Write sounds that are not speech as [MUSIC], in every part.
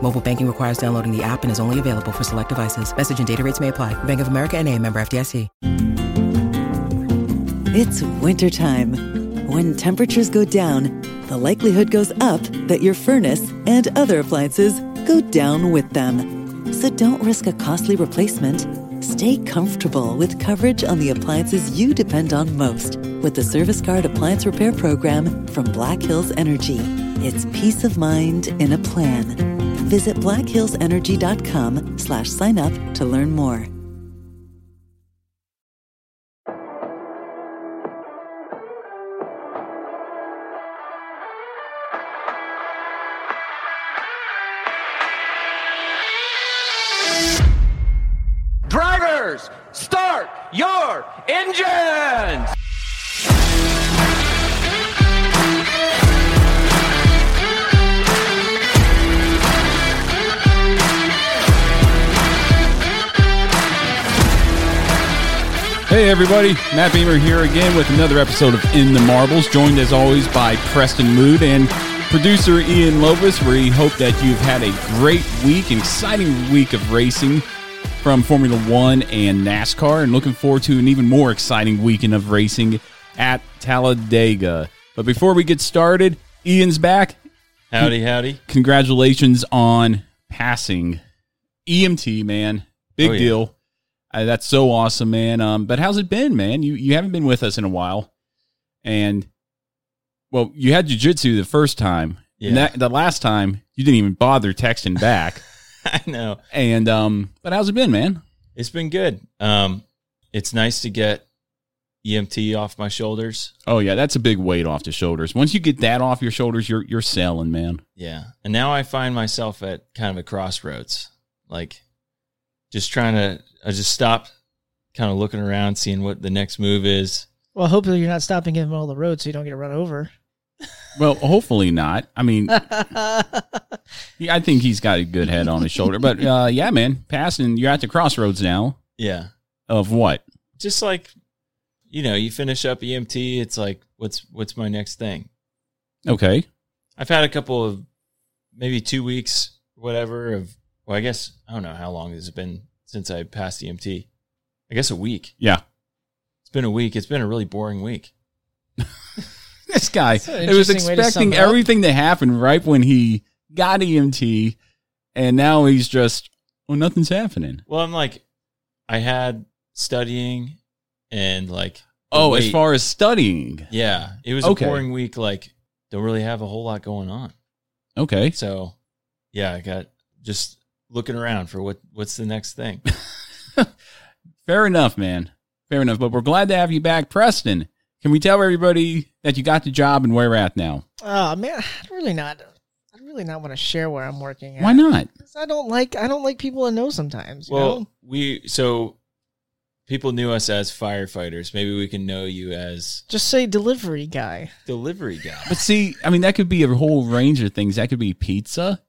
Mobile banking requires downloading the app and is only available for select devices. Message and data rates may apply. Bank of America and a member FDIC. It's wintertime. When temperatures go down, the likelihood goes up that your furnace and other appliances go down with them. So don't risk a costly replacement. Stay comfortable with coverage on the appliances you depend on most with the Service Guard Appliance Repair Program from Black Hills Energy. It's peace of mind in a plan. Visit blackhillsenergy.com slash sign up to learn more. Drivers, start your engines! Hey everybody, Matt Beamer here again with another episode of In the Marbles, joined as always by Preston Mood and producer Ian Lovis. We hope that you've had a great week, an exciting week of racing from Formula One and NASCAR, and looking forward to an even more exciting weekend of racing at Talladega. But before we get started, Ian's back. Howdy, howdy. [LAUGHS] Congratulations on passing EMT, man. Big Oh, yeah. deal. Uh, that's so awesome, man. Um, but how's it been, man? You you haven't been with us in a while, and well, you had jujitsu the first time. And Yeah. that, the last time you didn't even bother texting [LAUGHS] back. I know. and um, but how's it been, man? It's been good. Um, it's nice to get EMT off my shoulders. Oh yeah, that's a big weight off the shoulders. Once you get that off your shoulders, you're you're selling, man. Yeah. And now I find myself at kind of a crossroads. Like just trying to I just stopped kind of looking around, seeing what the next move is. Well, hopefully you're not stopping in the middle of the road so you don't get run over. Well, hopefully not. I mean, yeah, I think he's got a good head on his shoulder. But uh, yeah, man, passing. You're at the crossroads now Yeah. of what? Just like you know, you finish up EMT, it's like what's what's my next thing? Okay, I've had a couple of maybe two weeks, whatever. Of well, I guess I don't know how long has it been since I passed EMT. I guess a week. yeah, [LAUGHS] It's been a week. It's been a really boring week. this guy. an It was interesting way to expecting sum it up. everything to happen right when he got EMT, and now he's just well, nothing's happening. Well, I'm like, I had studying and like. the Oh, as weight. far as studying, yeah, it was Okay. a boring week. Like, don't really have a whole lot going on. okay, So, yeah, I got just looking around for what what's the next [LAUGHS] thing. fair enough, man. Fair enough. But we're glad to have you back, Preston. Can we tell everybody that you got the job and where we're at now? Oh man, I'd really not. I'd really not want to share where I'm working. At. Why not? 'Cause I don't like. I don't like people to know sometimes. You Well, know? we so people knew us as firefighters. Maybe we can know you as just say delivery guy. delivery guy. But see, I mean, that could be a whole range of things. That could be pizza.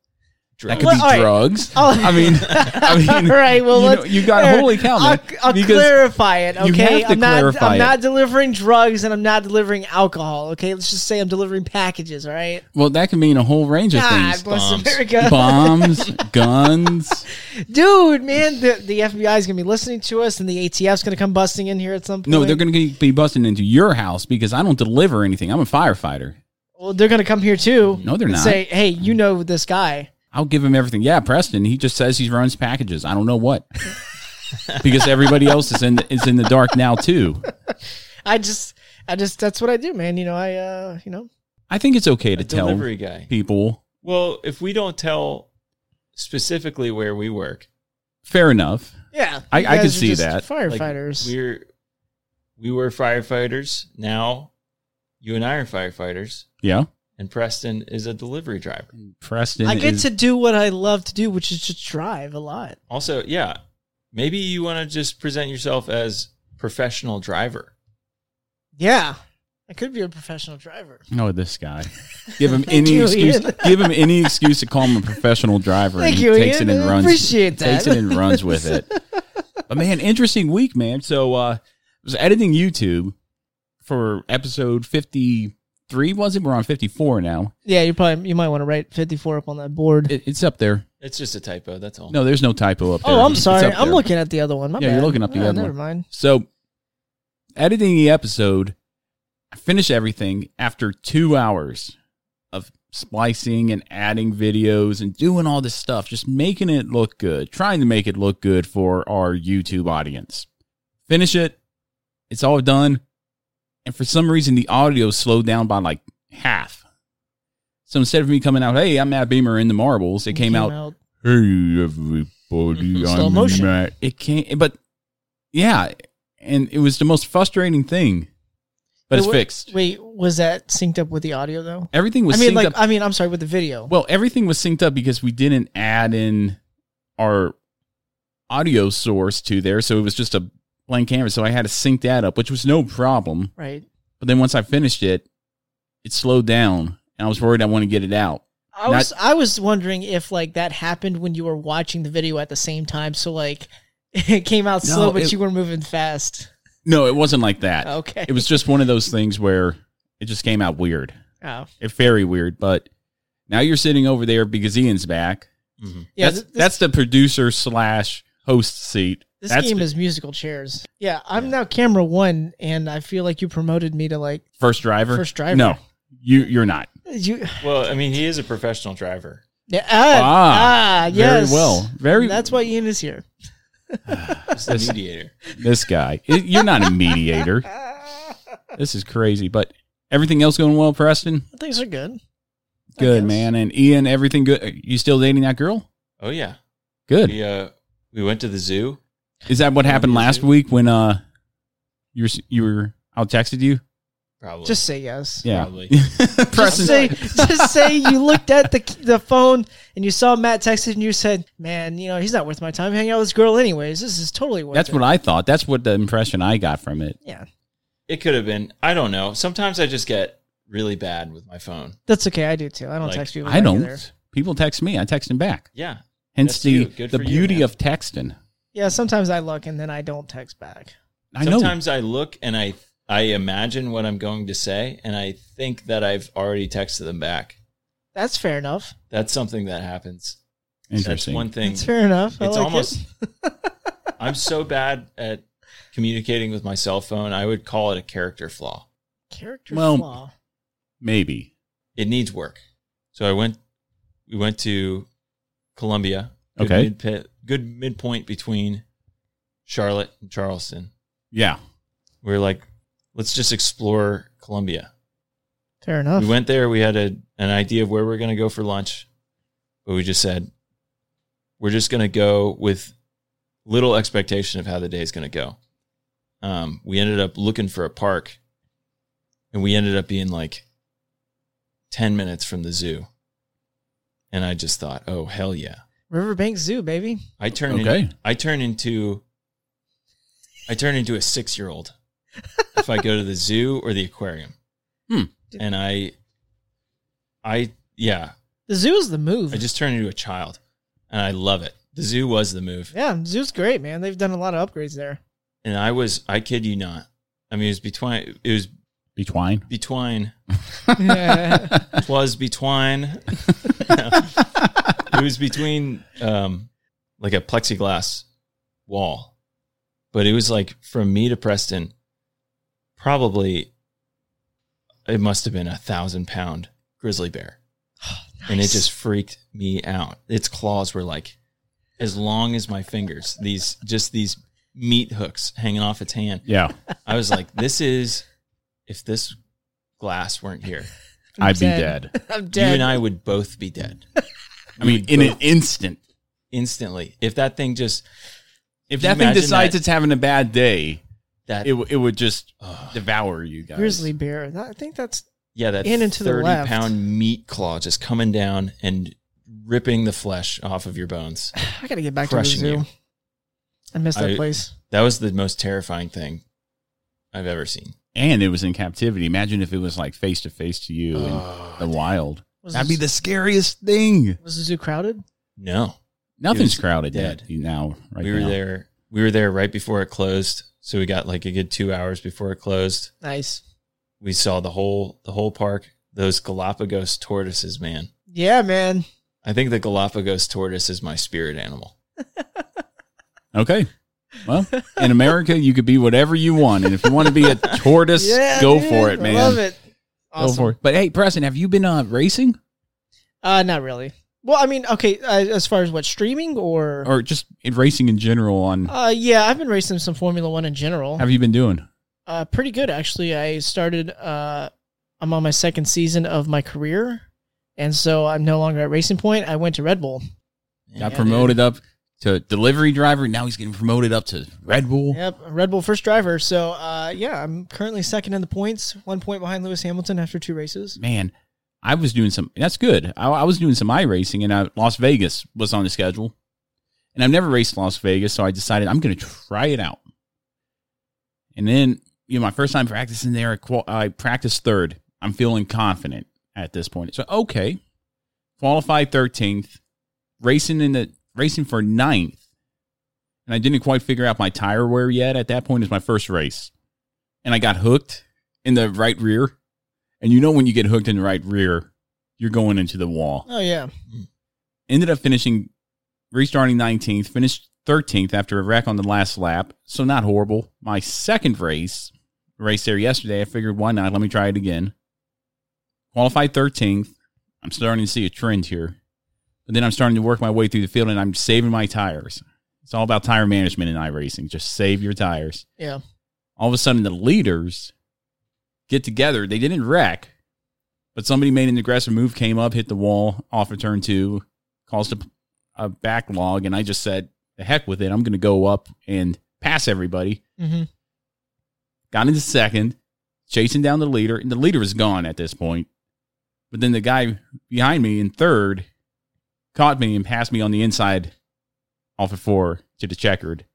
That could Well, [LAUGHS] all be right. drugs. Oh. I mean, [LAUGHS] [LAUGHS] I mean, All right. Well, you, know, let's, you got there- holy cow, man. I'll, I'll clarify it. you Okay, have to I'm not. clarify I'm it. not delivering drugs and I'm not delivering alcohol. Okay, let's just say I'm delivering packages. All right. well, that could mean a whole range of God things. bless bombs. America, Bombs, [LAUGHS] guns. dude, man. The, the FBI is gonna be listening to us, and the ATF's gonna come busting in here at some point. No, they're going to be busting into your house because I don't deliver anything. I'm a firefighter. Well, they're gonna come here too. No, they're and not. Say, hey, you know this guy. I'll give him everything. Yeah, Preston. He just says he runs packages. I don't know [LAUGHS] what. because everybody else is in the, is in the dark now too. I just, I just, that's what I do, man. You know, I, uh, you know, I think it's okay to A tell delivery guy. people. Well, if we don't tell specifically where we work, Fair enough. Yeah, I- you I could guys are see just that. like, Firefighters. we're we were firefighters. Now you and I are firefighters, Yeah. and Preston is a delivery driver. Mm. Preston. I get is- to do what I love to do, which is just drive a lot. Also, yeah, maybe you want to just present yourself as professional driver. Yeah, I could be a professional driver. Oh, this [LAUGHS] guy. Give him Thank any you, excuse. Ian. Give him any excuse to call him a professional driver. Thank and he you, Takes Ian. it and I runs. appreciate Takes that. it and runs with it. [LAUGHS] But man, interesting week, man. So uh, I was editing YouTube for episode fifty three. Was it? We're on fifty four now. Yeah, you probably you might want to write fifty four up on that board. It, it's up there. It's just a typo. That's all. No, there's no typo up there. oh, I'm It's sorry. up I'm there. looking at the other one. My Yeah, bad. you're looking up the Yeah, other Never one. mind. So, editing the episode, I finish everything after two hours of splicing and adding videos and doing all this stuff, just making it look good, trying to make it look good for our YouTube audience. Finish it, it's all done. And for some reason, the audio slowed down by like half. So instead of me coming out, hey, I'm Matt Beamer in the marbles, it came, out Hey everybody, [LAUGHS] Slow I'm motion. Matt. It can't, but yeah, and it was the most frustrating thing. But it's Wait, fixed. Wait, was that synced up with the audio though? Everything was I mean, synced like, up. I mean, I'm sorry, with the video. well, everything was synced up because we didn't add in our audio source to there, so it was just a blank canvas. So I had to sync that up, which was no problem. right. But then once I finished it, it slowed down, and I was worried I want to get it out. I Not- was I was wondering if like that happened when you were watching the video at the same time, so like [LAUGHS] it came out No, slow, but it- you were moving fast. No, it wasn't like that. Okay. it was just one of those things where it just came out weird. Oh, It's very weird, but now you're sitting over there because Ian's back. Mhm. yeah. that's, th- this, that's the producer slash host seat. this that's game is musical chairs. Yeah, I'm now camera one, and I feel like you promoted me to like first driver. First driver. No, you you're not. you. Well, I mean, he is a professional driver. Yeah, ah, ah, very yes. well. Very- That's why Ian is here. [LAUGHS] He's the mediator. This guy. [LAUGHS] It- you're not a mediator. This is crazy. But everything else going well, Preston. Things are good. Good guess. man. And Ian, everything good. You still dating that girl? Oh yeah, Good. we uh we went to the zoo. Is that what happened last week when uh you were s- you were I texted you? Probably Just say yes. Yeah. [LAUGHS] Probably. Just Preston. say, just say you looked at the the phone and you saw Matt texted and you said, "Man, you know he's not worth my time hanging out with this girl, anyways. This is totally worth." That's it. what I thought. That's what the impression I got from it. Yeah, it could have been. I don't know. Sometimes I just get really bad with my phone. that's okay. I do too. I don't Like, text people. I don't. regular. People text me. I text them back. Yeah, Hence That's the you. Good the for you, beauty man. of texting. Yeah, sometimes I look and then I don't text back. I know. Sometimes I look and I I imagine what I'm going to say, and I think that I've already texted them back. That's fair enough. That's something that happens. That's Interesting. one thing. That's fair enough. I It's like almost. it. I'm so bad at communicating with my cell phone. I would call it a character flaw. character Well- flaw. Maybe. It needs work. So I went. We went to Columbia. Good Okay. midpi- good midpoint between Charlotte and Charleston. Yeah. We are like, let's just explore Columbia. Fair enough. we went there. We had a an idea of where we are going to go for lunch, but we just said we're just going to go with little expectation of how the day is going to go. Um, we ended up looking for a park, and we ended up being like ten minutes from the zoo. And I just thought, oh hell yeah! Riverbank Zoo, baby. I turn Okay. in, I turn into I turn into a six year [LAUGHS] old if I go to the zoo or the aquarium. Hmm. And I I yeah, The zoo is the move. I just turn into a child and I love it. The zoo was the move. yeah, zoo's great, man. They've done a lot of [LAUGHS] upgrades there. And I was I kid you not. I mean it was between it was Between. between yeah. was between [LAUGHS] it was between um like a plexiglass wall but it was like from me to preston probably it must have been a thousand pound grizzly bear and it just freaked me out its claws were like as long as my fingers these just these meat hooks hanging off its hand Yeah. i was like this is if this glass weren't here I'd be dead. dead. [LAUGHS] I'm You dead. and I would both be [LAUGHS] dead I mean, in an instant. instantly if that thing just If Can that you thing imagine decides that- it's having a bad day, that it, w- it would just devour you guys. grizzly bear. That- I think that's yeah that in and to the thirty left. pound meat claw just coming down and ripping the flesh off of your bones. I gotta get back to the Crushing zoo. you. I miss that I- place. That was the most terrifying thing I've ever seen. And it was in captivity. Imagine if it was like face to face to you Oh, in the wild. Was That'd the- be the scariest thing. Was the zoo crowded? No. Nothing's It was crowded dead. yet now. Right we were now. there we were there right before it closed. So we got like a good 2 hours before it closed. Nice. We saw the whole the whole park, those Galapagos tortoises, man. Yeah, man. I think the Galapagos tortoise is my spirit animal. Okay. [LAUGHS] Well, in America, you could be whatever you want, and if you want to be a tortoise, Yeah, go dude. for it, man. I love it. Go for it. But hey, Preston, have you been uh, racing Uh, not really. Well, I mean, okay, uh, as far as what streaming or, or just in racing in general? On uh, yeah, I've been racing some Formula One in general. have you been doing? Uh, pretty good actually. I started. Uh, I'm on my second season of my career, and so I'm no longer at Racing Point. I went to Red Bull. Got Yeah, promoted up to delivery driver. Now he's getting promoted up to Red Bull. Yep, Red Bull first driver. So, uh, yeah, I'm currently second in the points, one point behind Lewis Hamilton after two races. Man, I was doing some. That's good. I, I was doing some i racing, and I, Las Vegas was on the schedule. And I've never raced Las Vegas, so I decided I'm going to try it out. And then, you know, my first time practicing there, I qual- I practiced third. I'm feeling confident at this point. So okay, qualified thirteenth, racing in the racing for ninth, and I didn't quite figure out my tire wear yet. At that point, is my first race, and I got hooked in the right rear. And you know when you get hooked in the right rear, you're going into the wall Oh yeah, ended up finishing restarting 19th finished 13th after a wreck on the last lap so not horrible my second race race there yesterday i figured why not let me try it again qualified 13th i'm starting to see a trend here but then i'm starting to work my way through the field and i'm saving my tires it's all about tire management in iRacing. Just save your tires. yeah. All of a sudden, the leaders get together. They didn't wreck, but somebody made an aggressive move, came up, hit the wall off of turn two, caused a, a backlog. And I just said, the heck with it. I'm going to go up and pass everybody. Mm-hmm. Got into second, chasing down the leader. And the leader was gone at this point. But then the guy behind me in third caught me and passed me on the inside off of four to the checkered.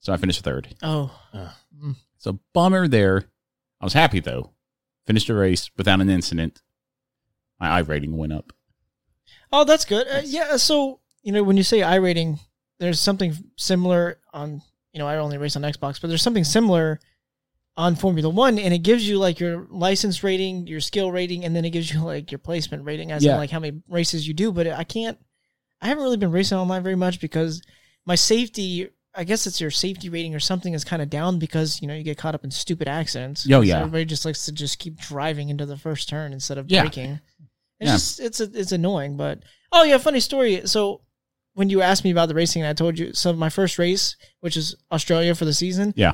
So I finished third. Oh, It's a bummer there. I was happy though. Finished the race without an incident. My eye rating went up. oh, that's good. Uh, yeah. So you know when you say I rating, there's something similar on. You know, I only race on Xbox, but there's something similar on Formula One, and it gives you like your license rating, your skill rating, and then it gives you like your placement rating, as Yeah. in like how many races you do. But I can't. I haven't really been racing online very much because my safety. I guess it's your safety rating or something is kind of down because you know you get caught up in stupid accidents. Oh, So yeah. everybody just likes to just keep driving into the first turn instead of Yeah. braking. It's Yeah. just it's a, it's annoying, but oh yeah, funny story. So when you asked me about the racing, and I told you so my first race, which is Australia for the season. Yeah.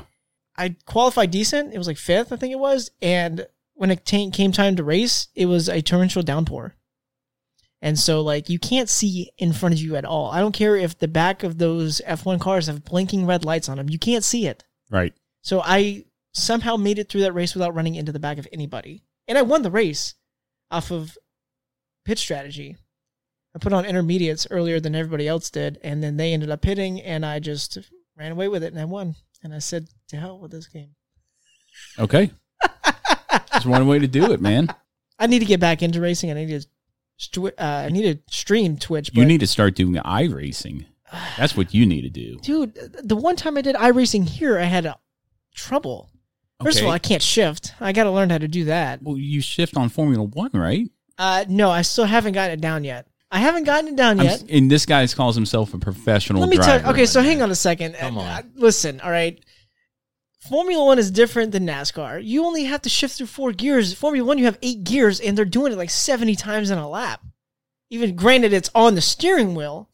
I qualified decent. It was like fifth, I think it was. And when it ta- came time to race, it was a torrential downpour. And so, like, you can't see in front of you at all. I don't care if the back of those F1 cars have blinking red lights on them. You can't see it. Right. So I somehow made it through that race without running into the back of anybody. And I won the race off of pit strategy. I put on intermediates earlier than everybody else did, and then they ended up hitting, and I just ran away with it and I won. And I said, to hell with this game. [LAUGHS] Okay. That's one way to do it, man. I need to get back into racing. I need to, st- uh, I need to stream Twitch. You but- need to start doing eye racing. That's what you need to do. dude. The one time I did iRacing here, I had uh, trouble. First Okay. of all, I can't shift. I got to learn how to do that. Well, you shift on Formula One, right? Uh, no, I still haven't gotten it down yet. I haven't gotten it down I'm yet. s- and this guy calls himself a professional Let me driver. tell you. Okay, so hang on a second. Come Uh, on. uh, listen, all right. Formula One is different than NASCAR. You only have to shift through four gears. Formula One, you have eight gears, and they're doing it like 70 times in a lap. Even granted, it's on the steering wheel.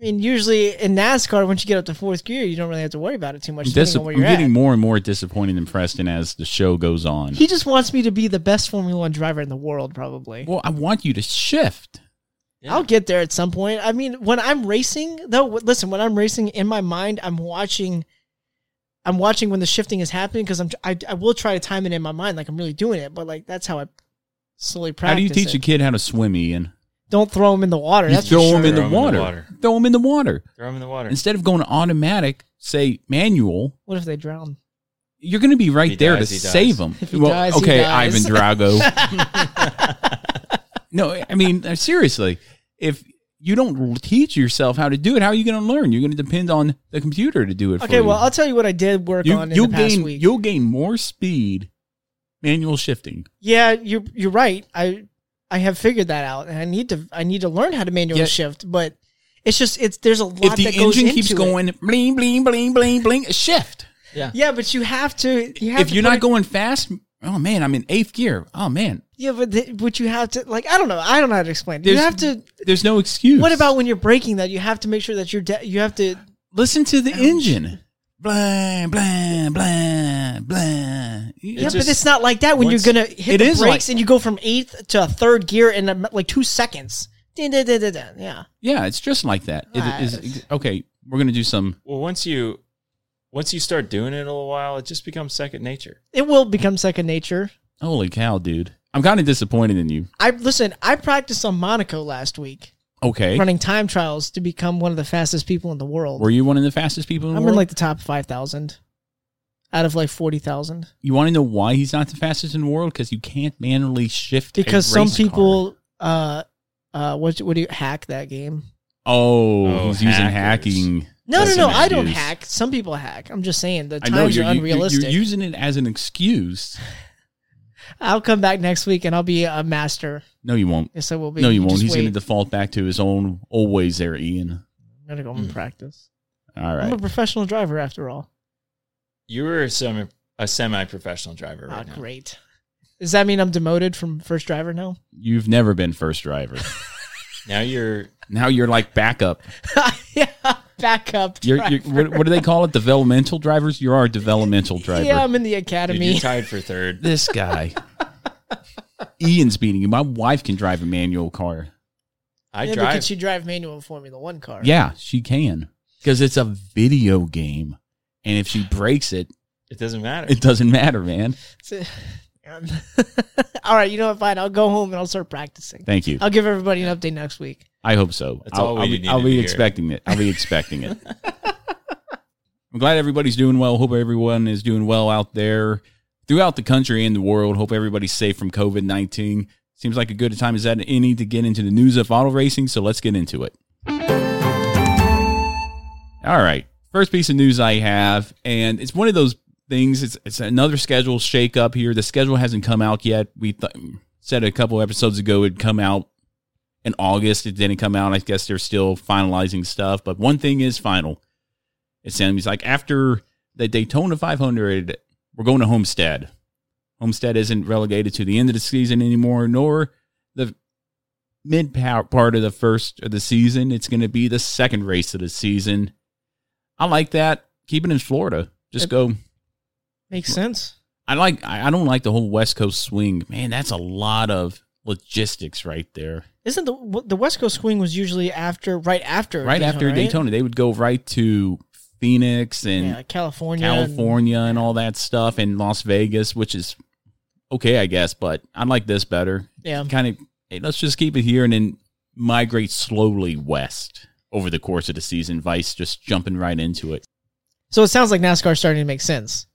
I mean, usually in NASCAR, once you get up to fourth gear, you don't really have to worry about it too much. Dis- Depending on I'm where you're getting at. more and more disappointed in Preston as the show goes on. He just wants me to be the best Formula One driver in the world, probably. well, I want you to shift. I'll get there at some point. I mean, when I'm racing, though, w- listen, when I'm racing in my mind, I'm watching, I'm watching when the shifting is happening because I'm tr- I, I will try to time it in my mind, like I'm really doing it, but like that's how I slowly practice. How do you teach it. a kid how to swim, Ian? Don't throw him in the water. You That's for throw him sure. in the Throw 'em in the water. water. Throw him in the water. Throw him in the water. Instead of going automatic, say manual. What if they drown? You're going to be right he there dies, to he dies. save him. [LAUGHS] If he dies, he okay, dies. Ivan [LAUGHS] Drago. no, I mean uh, seriously, if you don't teach yourself how to do it, how are you going to learn? You're going to depend on the computer to do it. for Okay, you. well, I'll tell you what I did work you, on in you'll the past gain week. you'll gain more speed manual shifting. Yeah, you're you're right. I I have figured that out, and I need to I need to learn how to manual Yeah. shift. But it's just it's there's a lot If the that goes engine into keeps it. going bling bling bling bling bling, shift. Yeah, but you have to. You have if to you're put not it- going fast, oh man, I'm in eighth gear. Oh man, yeah, but th- but you have to like I don't know. I don't know how to explain. it. You There's- have to. there's no excuse. What about when you're breaking that? You have to make sure that you're de- you have to. listen to the engine? Blah blah blah blah. yeah, just- but it's not like that when once- you're gonna hit It the is brakes like- and you go from eighth to third gear in um, like two seconds. Dun, dun, dun, dun, dun. Yeah. Yeah, it's just like that. It is- Nice. okay. We're gonna do some. well, once you once you start doing it a little while, it just becomes second nature. It will become second nature. Holy cow, dude! I'm kind of disappointed in you. I listen. I practiced on Monaco last week, Okay, running time trials to become one of the fastest people in the world. were you one of the fastest people in the I'm in world? like the top five thousand out of like forty thousand you want to know why he's not the fastest in the world? Because you can't manually shift. a because some race car. people, uh, uh, what what do you hack that game? Oh, Oh, he's hackers. using hacking. No, That's no, an no. I don't excuse. hack. Some people hack. I'm just saying the I know times you're, are you- you're, unrealistic. you're using it as an excuse. I'll come back next week and I'll be a master. No, you won't. Yes, I will be. No, you won't. just He's going to wait. default back to his own always there, Ian. I'm gonna go and practice. Mm. All I'm a right. professional driver after all. You were a semi a semi professional driver Ah, right now. great. Does that mean I'm demoted from first driver now? [LAUGHS] You've never been first driver. [LAUGHS] Now you're now you're like backup. yeah, backup. You're, you're driver. what, what do they call it? Developmental drivers? You are a developmental driver. Yeah, I'm in the dude, academy. you're tied for [LAUGHS] third. This guy. Ian's beating you. My wife can drive a manual car. I [LAUGHS] yeah, but drive. could she drive manual Formula One car? Yeah, she can. Because it's a video game. And if she breaks it, it doesn't matter. it doesn't matter, man. [LAUGHS] It's- all right, you know what? Fine. I'll go home and I'll start practicing. Thank you. I'll give everybody an update next week. I hope so. That's I'll, all we I'll be, needed I'll to be hear. expecting it. I'll be expecting [LAUGHS] it. I'm glad everybody's doing well. Hope everyone is doing well out there throughout the country and the world. Hope everybody's safe from COVID 19. Seems like a good a time as that any to get into the news of auto racing. So let's get into it. All right. First piece of news I have, and it's one of those things. It's it's another schedule shakeup here. The schedule hasn't come out yet. We th- said a couple episodes ago it'd come out in August. It didn't come out. I guess they're still finalizing stuff. But one thing is final. It sounds like after the Daytona 500, we're going to Homestead. Homestead isn't relegated to the end of the season anymore, nor the mid pow- part of the first of the season. It's going to be the second race of the season. I like that. Keep it in Florida. Just It- go. Makes sense. I like. I I don't like the whole West Coast swing. Man, that's a lot of logistics right there. Isn't the w- the West Coast swing was usually after right after right after Daytona, they would go right to Phoenix and Yeah, California, and- California and all that stuff, and Las Vegas, which is okay, I guess. But I like this better. yeah, Kind of hey, let's just keep it here and then migrate slowly west over the course of the season. Vice just jumping right into it. so it sounds like NASCAR's starting to make sense.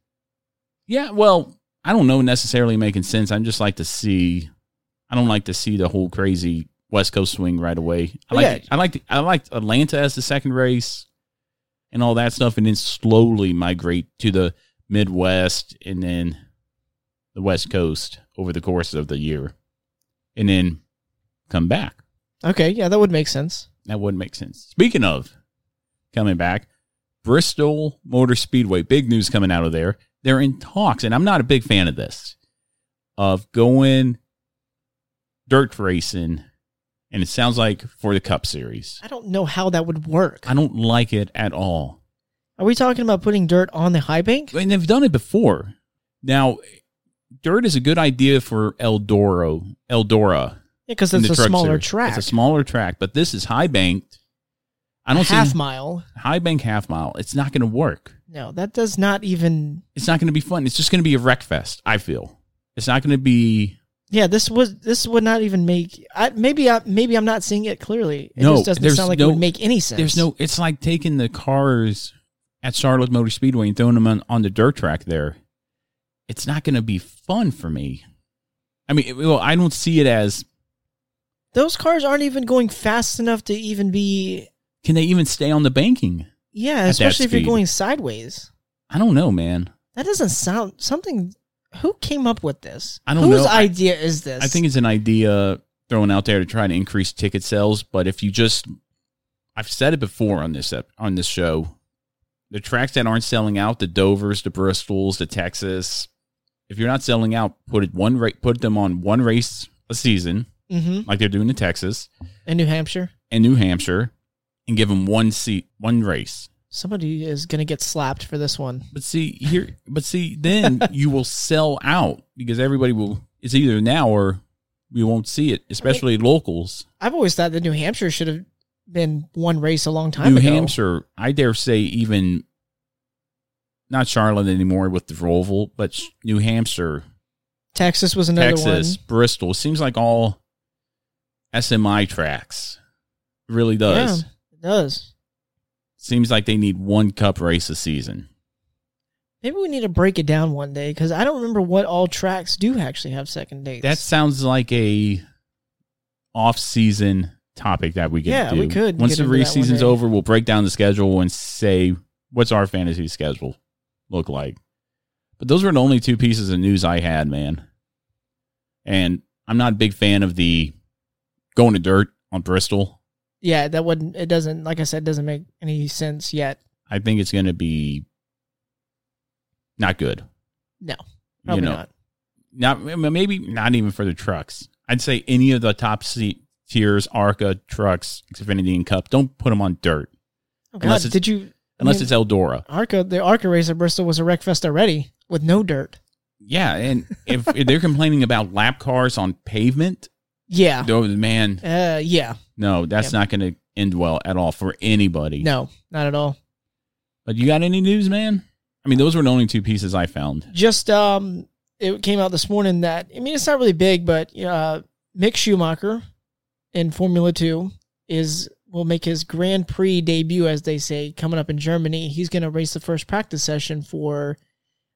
Yeah, well, I don't know necessarily making sense. I just like to see. I don't like to see the whole crazy West Coast swing right away. I Well, like. yeah. I like. The, I liked Atlanta as the second race, and all that stuff, and then slowly migrate to the Midwest, and then the West Coast over the course of the year, and then come back. Okay, yeah, that would make sense. That would make sense. Speaking of coming back, Bristol Motor Speedway, big news coming out of there. They're in talks, and I'm not a big fan of this, of going dirt racing and it sounds like for the Cup Series. I don't know how that would work. I don't like it at all. Are we talking about putting dirt on the high bank? And they've done it before. Now, dirt is a good idea for Eldoro, Eldora. Yeah, because in it's the a Truck smaller Series. track. It's a smaller track, but this is high banked. I don't half see mile. high bank half mile. It's not going to work. No, that does not even. It's not going to be fun. It's just going to be a wreck fest. I feel it's not going to be. Yeah, this was this would not even make. I, maybe I maybe I'm not seeing it clearly. It No, just doesn't there's sound like no- it would make any sense. There's no. It's like taking the cars at Charlotte Motor Speedway and throwing them on, on the dirt track there. It's not going to be fun for me. I mean, it- well, I don't see it as. Those cars aren't even going fast enough to even be. Can they even stay on the banking? Yeah, that especially if you're speed. going sideways. I don't know, man. That doesn't sound something. Who came up with this? I don't Whose know. I- idea is this? I think it's an idea thrown out there to try to increase ticket sales, but if you just I've said it before on this ep- on this show, the tracks that aren't selling out, the Dovers, the Bristols, the Texas, if you're not selling out, put it one ra- put them on one race a season hmm like they're doing in Texas In New Hampshire, and New Hampshire and give them one seat, one race. somebody is going to get slapped for this one. But see here, but see then you will sell out because everybody will it's either now or we won't see it, especially locals. I've always thought that New Hampshire should have been one race a long time New ago. Hampshire, I dare say, even not Charlotte anymore with the Roval, but sh- New Hampshire, Texas was another Texas, one. Bristol. Seems like all SMI tracks. It really does. Yeah, it does. Seems like they need one cup race a season. Maybe we need to break it down one day because I don't remember what all tracks do actually have second dates. That sounds like a off-season topic that we could Yeah, do. we could Once get the into that one race season's day. over, we'll break down the schedule and say what's our fantasy schedule look like. But those were the only two pieces of news I had, man. And I'm not a big fan of the going to dirt on Bristol. yeah, that wouldn't. It doesn't. Like I said, doesn't make any sense yet. I think it's going to be not good. No, probably know, not. not m- maybe not even for the trucks. I'd say any of the top seat tiers, Arca trucks, Xfinity and Cup, don't put them on dirt Oh, unless God, it's- did you? unless I mean, it's Eldora. Arca, the Arca race at Bristol was a wreck fest already with no dirt. Yeah, and if they're complaining about lap cars on pavement, Yeah, oh man, uh, yeah. no, that's Yep. not going to end well at all for anybody. No, not at all. But you got any news, man? I mean, those were the only two pieces I found. Just um, it came out this morning that I mean it's not really big, but uh, Mick Schumacher in Formula Two is will make his Grand Prix debut, as they say, coming up in Germany. He's going to race the first practice session for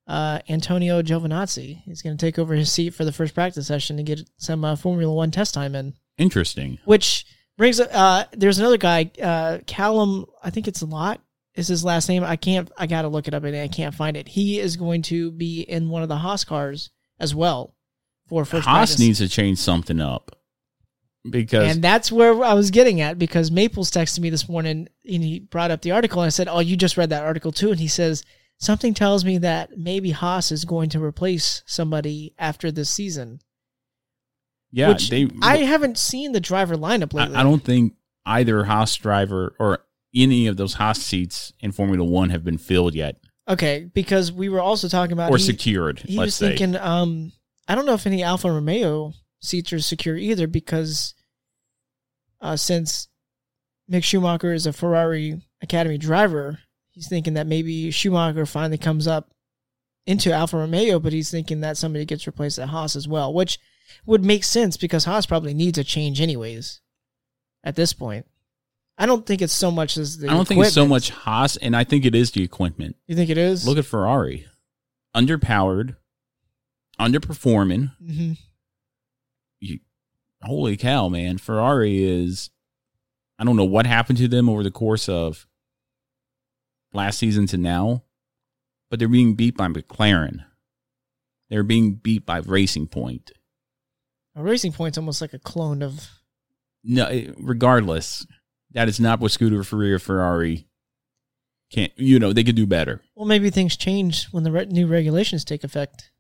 uh, Antonio Giovinazzi. He's going to take over his seat for the first practice session to get some uh, Formula One test time in. Interesting. Which brings uh there's another guy, uh Callum, I think it's Lot is his last name. I can't I gotta look it up and I can't find it. He is going to be in one of the Haas cars as well for first Haas practice. needs to change something up because and that's where I was getting at because Maples texted me this morning and he brought up the article and I said, Oh, you just read that article too. And he says, Something tells me that maybe Haas is going to replace somebody after this season. yeah, which they I haven't seen the driver lineup lately. I, I don't think either Haas driver or any of those Haas seats in Formula One have been filled yet Okay, because we were also talking about or he, secured. he let's was say. thinking, um, I don't know if any Alfa Romeo seats are secure either, because uh, since Mick Schumacher is a Ferrari Academy driver, he's thinking that maybe Schumacher finally comes up into Alfa Romeo, but he's thinking that somebody gets replaced at Haas as well, which would make sense because Haas probably needs a change anyways. At this point, I don't think it's so much as the. I don't think it's so equipment. much Haas, and I think it is the equipment. You think it is? Look at Ferrari, underpowered, underperforming. hmm You, holy cow, man! Ferrari is. I don't know what happened to them over the course of last season to now, but they're being beat by McLaren. They're being beat by Racing Point. A racing point's almost like a clone of no, it- regardless, that is not what Scooter Ferrari or Ferrari can't. You know, they could do better. well, maybe things change when the re- new regulations take effect.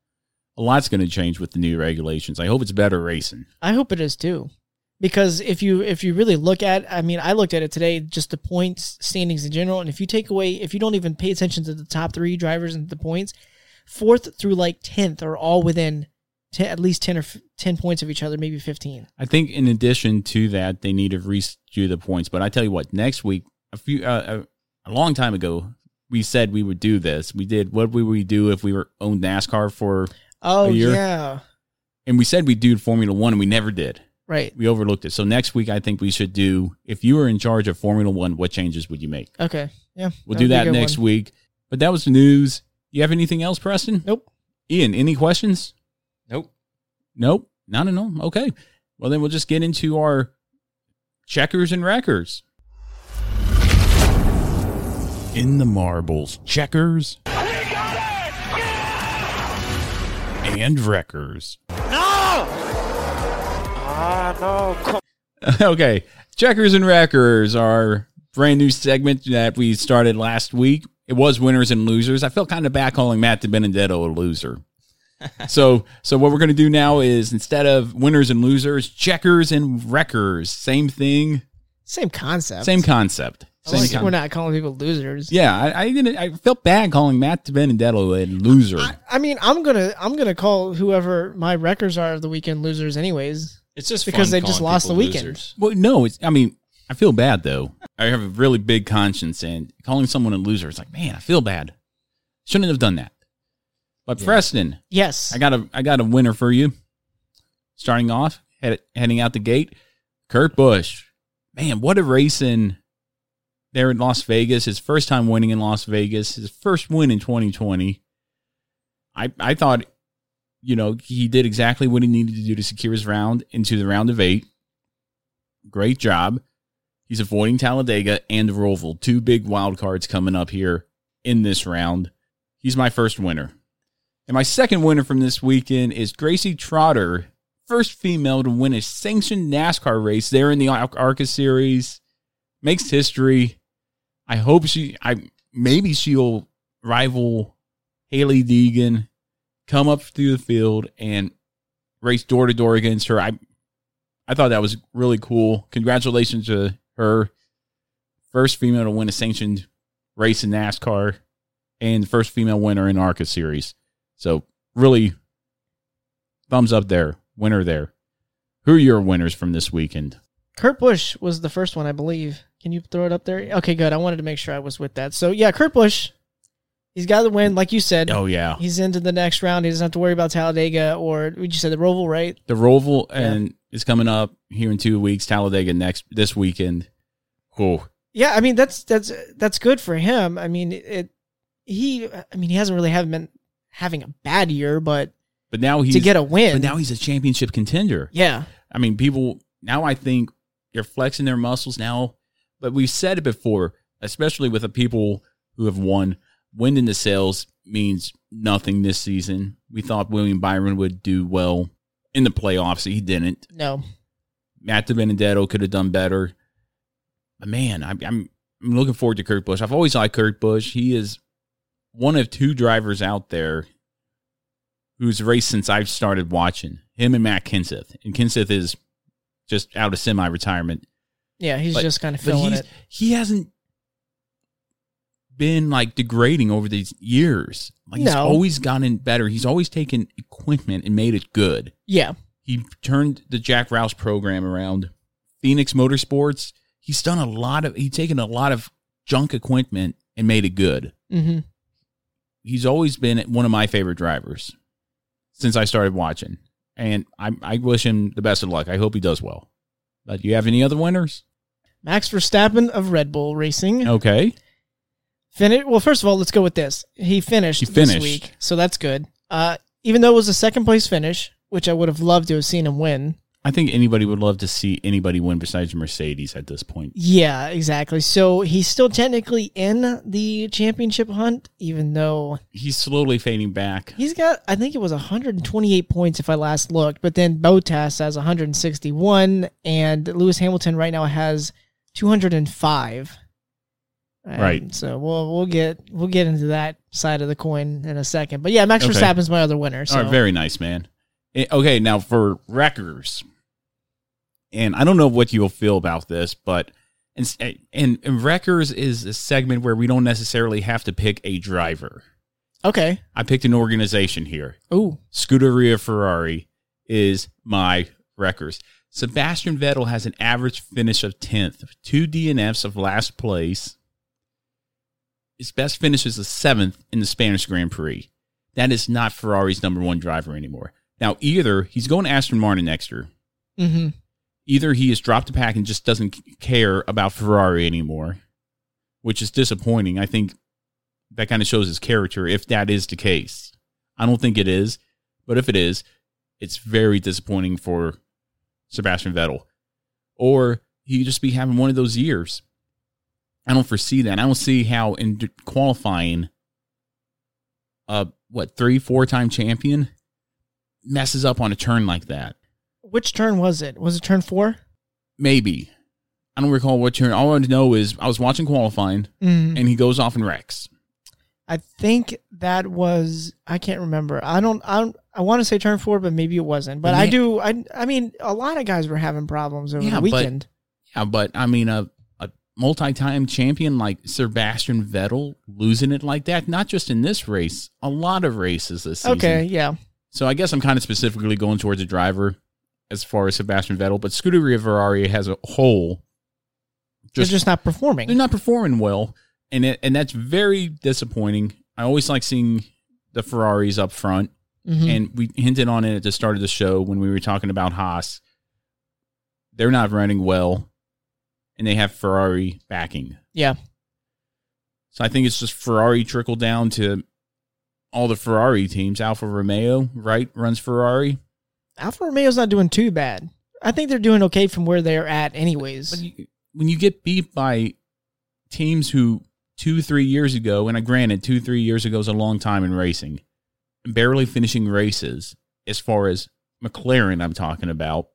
A lot's going to change with the new regulations. I hope it's better racing. I hope it is too. because if you if you really look at i mean i looked at it today just the points standings in general and if you take away if you don't even pay attention to the top three drivers and the points fourth through like 10th are all within te- at least 10 or f- 10 points of each other maybe 15 I think in addition to that, they need to reskew the points. But I tell you what, next week, a few uh, a, a long time ago, we said we would do this. We did. What would we do if we were owned NASCAR for? oh year? yeah And we said we'd do Formula One, and we never did. right We overlooked it. So next week, I think we should do. If you were in charge of Formula One, what changes would you make? okay yeah We'll do that next week. But that was the news. You have anything else, Preston? Nope. Ian, any questions? Nope. Nope. Not at all. Okay. Well, then we'll just get into our checkers and wreckers. In the marbles, checkers and wreckers. Ah, [LAUGHS] okay. Checkers and Wreckers are brand new segment that we started last week. It was winners and losers. I felt kind of bad calling Matt Benedetto a loser. so so what we're going to do now is instead of winners and losers, checkers and wreckers. Same thing, same concept same concept. I Same like con- we're not calling people losers Yeah, I, I didn't. I felt bad calling Matt Benedetto a loser. I, I mean i'm gonna i'm gonna call whoever my records are of the weekend losers anyways It's just fun Because they just calling lost the people weekend. losers. Well, no, it's. I mean, I feel bad though. I have a really big conscience, and calling someone a loser is like, man, I feel bad. Shouldn't have done that. But Preston, yes I got a I got a winner for you. Starting off, head, heading out the gate, Kurt Busch. Man, what a race in there in Las Vegas. His first time winning in Las Vegas. His first win in 2020. I I thought, you know, he did exactly what he needed to do to secure his round into the round of eight. Great job. He's avoiding Talladega and Roval, two big wild cards coming up here in this round. He's my first winner. And my second winner from this weekend is Gracie Trotter, first female to win a sanctioned NASCAR race there in the Ar- ARCA series. Makes history. I hope she I maybe she'll rival Haley Deegan, come up through the field and race door to door against her. I I thought that was really cool. Congratulations to her. First female to win a sanctioned race in NASCAR and first female winner in ARCA series. So really, thumbs up there, winner there. Who are your winners from this weekend? Kurt Busch was the first one, I believe. Can you throw it up there? Okay, good. I wanted to make sure I was with that. So yeah, Kurt Busch, he's got the win, like you said. Oh yeah, He's into the next round. He doesn't have to worry about Talladega or we just said the Roval, right? the Roval and is coming up here in two weeks. Talladega next this weekend. Oh, Yeah, I mean that's that's that's good for him. I mean it. He, I mean, he hasn't really have been having a bad year, but but now he's to get a win, but now he's a championship contender. yeah, I mean, people now I think they're flexing their muscles now, but we've said it before, especially with the people who have won. Wind in the sails means nothing this season. We thought William Byron would do well in the playoffs. He didn't. no, Matt Benedetto could have done better. But man, I'm, I'm I'm looking forward to Kurt Busch. I've always liked Kurt Busch. He is one of two drivers out there who's raced since I've started watching him and Matt Kenseth. And Kenseth is just out of semi-retirement. yeah, he's But- just kind of but filling he's- it. He hasn't been like degrading over these years. Like he's No. always gotten better. He's always taken equipment and made it good Yeah, he turned the Jack Rouse program around. Phoenix Motorsports, he's done a lot of he's taken a lot of junk equipment and made it good. mm-hmm. He's always been one of my favorite drivers since I started watching. And I I wish him the best of luck. I hope he does well. But you have any other winners? Max Verstappen of Red Bull Racing. Okay. Fini- well, first of all, let's go with this. He finished, He this finished. week, so that's good. Uh, even though it was a second place finish, which I would have loved to have seen him win. I think anybody would love to see anybody win besides Mercedes at this point. Yeah, exactly. So he's still technically in the championship hunt, even though He's slowly fading back. he's got, I think it was 128 points if I last looked, but then Botas has 161, and Lewis Hamilton right now has 205. Um, Right. So we'll we'll get we'll get into that side of the coin in a second. But yeah, Max Okay. Verstappen's my other winner. So All right, very nice, man. Eh, Okay, now for wreckers. and I don't know what you'll feel about this, but and and, and Wreckers is a segment where we don't necessarily have to pick a driver. Okay. I picked an organization here. Ooh. Scuderia Ferrari is my Wreckers. Sebastian Vettel has an average finish of 10th, two DNFs of last place. His best finish is the seventh in the Spanish Grand Prix. That is not Ferrari's number one driver anymore. Now, either he's going to Aston Martin next year, Mm-hmm. either he has dropped the pack and just doesn't c- care about Ferrari anymore, which is disappointing. I think that kind of shows his character if that is the case. I don't think it is, but if it is, it's very disappointing for Sebastian Vettel. Or he could just be having one of those years. I don't foresee that. I don't see how in d- qualifying uh what three four time champion messes up on a turn like that Which turn was it? Was it turn four? maybe. I don't recall what turn. All I know is I was watching qualifying, Mm. and he goes off and wrecks. I think that was I can't remember. I don't I don't, I want to say turn four, but maybe it wasn't. But The I ma- do I I mean a lot of guys were having problems over Yeah, the but- weekend. Yeah, but I mean a a multi-time champion like Sebastian Vettel losing it like that. Not just in this race, a lot of races this season. okay, yeah. So I guess I'm kind of specifically going towards a driver as far as Sebastian Vettel, but Scuderia Ferrari has a whole They're just not performing. they're not performing well, and it, and that's very disappointing. I always like seeing the Ferraris up front. Mhm. and we hinted on it at the start of the show when we were talking about Haas. They're not running well, and they have Ferrari backing. yeah. So I think it's just Ferrari trickle down to all the Ferrari teams. Alfa Romeo, right, runs Ferrari. Alfa Romeo's not doing too bad. I think they're doing okay from where they're at anyways. But you, when you get beat by teams who two, three years ago, and I granted, two, three years ago is a long time in racing, barely finishing races as far as McLaren, I'm talking about,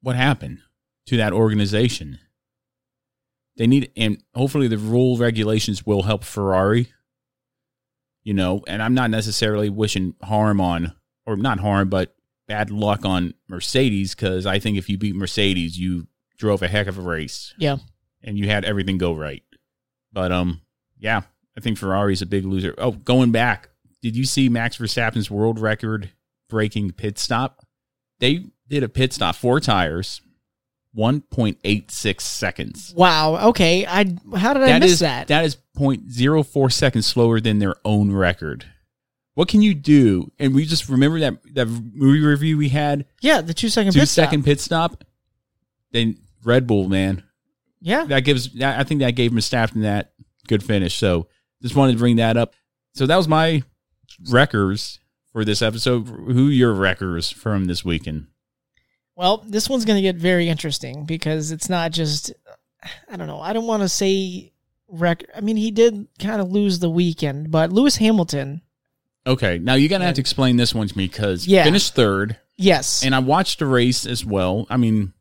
what happened to that organization? They need, and hopefully the rule regulations will help Ferrari, you know, and I'm not necessarily wishing harm on, or not harm, but bad luck on Mercedes, because I think if you beat Mercedes, you drove a heck of a race yeah. and you had everything go right. But um, yeah, I think Ferrari's a big loser. Oh, going back, did you see Max Verstappen's world record breaking pit stop? They did a pit stop, four tires, one point eight six seconds. Wow. Okay. I how did I miss is that? that is 0.04 seconds slower than their own record. What can you do? And we just remember that that movie review we had, Yeah, the two second two second pit stop. pit stop. Then Red Bull, man, Yeah. that gives that- I think that gave Verstappen that good finish. So just wanted to bring that up. So that was my wreckers for this episode. Who your wreckers from this weekend? Well, this one's going to get very interesting because it's not just, I don't know, I don't want to say record. I mean, he did kind of lose the weekend, but Lewis Hamilton, Okay, now you're gonna have to explain this one to me because Yeah. finished third, yes. and I watched the race as well. I mean,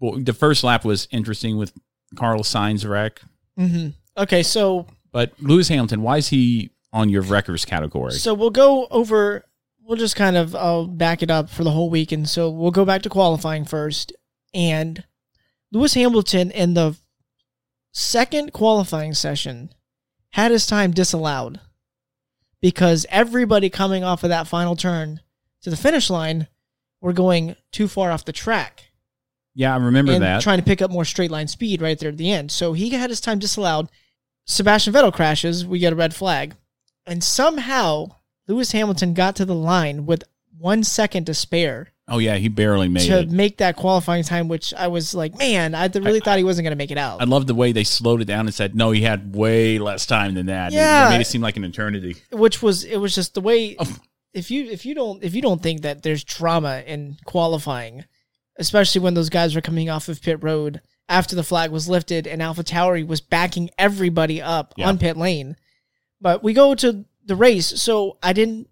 bo- the first lap was interesting with Carlos Sainz wreck, hmm Okay, so but Lewis Hamilton, why is he on your wreckers category? so we'll go over. We'll just kind of uh, back it up for the whole week, and so we'll go back to qualifying first. And Lewis Hamilton in the second qualifying session had his time disallowed because everybody coming off of that final turn to the finish line were going too far off the track yeah, I remember and that. trying to pick up more straight line speed right there at the end. So he had his time disallowed. Sebastian Vettel crashes. We get a red flag. And somehow Lewis Hamilton got to the line with one second to spare oh yeah, he barely made to it. make that qualifying time, which I was like, man, I th- really thought he wasn't going to make it out. I love the way they slowed it down and said, no, he had way less time than that. They- Yeah. They made it seem like an eternity. which was it was just the way Oh. if you if you don't if you don't think that there's drama in qualifying, especially when those guys were coming off of pit road after the flag was lifted and Alpha Tauri was backing everybody up Yeah. on pit lane. But we go to the race, so I didn't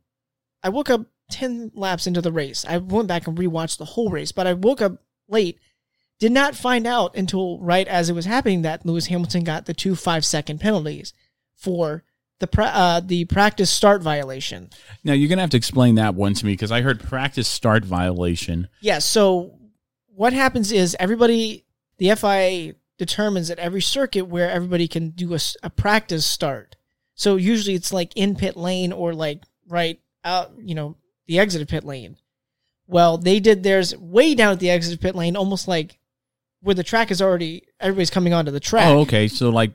I woke up ten laps into the race. I went back and rewatched the whole race, but I woke up late. Did not find out until right as it was happening that Lewis Hamilton got the two five second penalties for the pra- uh, the practice start violation. Now, you're going to have to explain that one to me because I heard practice start violation. Yeah, so what happens is everybody, the FIA determines at every circuit where everybody can do a, s- a practice start. So usually it's like in pit lane or like right out, you know, the exit of pit lane. Well, they did theirs way down at the exit of pit lane, almost like where the track is already, everybody's coming onto the track. Oh, okay. So like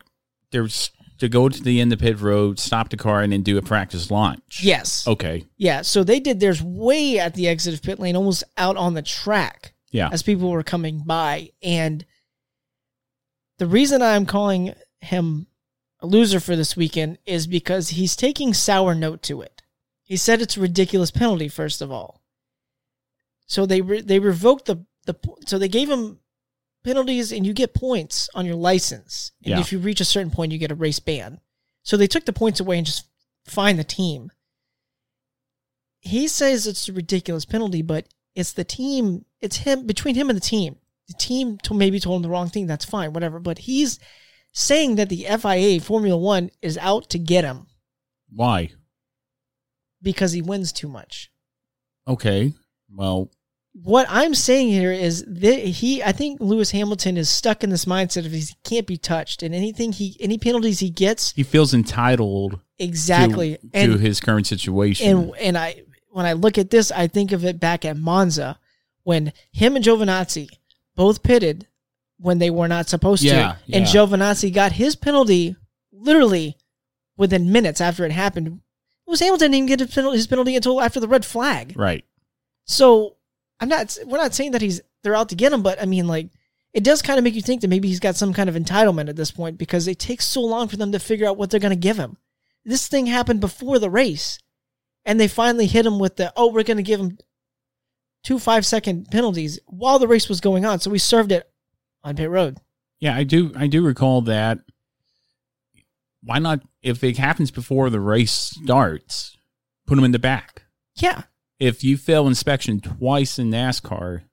there's to go to the end of pit road, stop the car, and then do a practice launch. Yes. Okay. Yeah. So they did theirs way at the exit of pit lane, almost out on the track. Yeah. as people were coming by. And the reason I'm calling him a loser for this weekend is because he's taking sour note to it. He said it's a ridiculous penalty, first of all. So they re- they revoked the the po- so they gave him penalties and you get points on your license. And Yeah. if you reach a certain point, you get a race ban. So they took the points away and just fined the team. He says it's a ridiculous penalty, but it's the team. It's him between him and the team. The team to maybe told him the wrong thing. That's fine, whatever. But he's saying that the FIA Formula One is out to get him Why? because he wins too much. Okay. Well, what I'm saying here is that he, I think Lewis Hamilton is stuck in this mindset of he can't be touched, and anything he, any penalties he gets, he feels entitled exactly. to, and to his current situation. and and I, when I look at this, I think of it back at Monza when him and Giovinazzi both pitted when they were not supposed Yeah, to, and yeah. Giovinazzi got his penalty literally within minutes after it happened. Lewis Hamilton didn't even get his penalty, his penalty until after the red flag. right. So I'm not. We're not saying that he's they're out to get him, but I mean, like, it does kind of make you think that maybe he's got some kind of entitlement at this point because it takes so long for them to figure out what they're going to give him. This thing happened before the race, and they finally hit him with the oh, we're going to give him two five second penalties while the race was going on. So we served it on pit road. Yeah, I do. I do recall that. Why not? If it happens before the race starts, put him in the back. Yeah, If you fail inspection twice in NASCAR,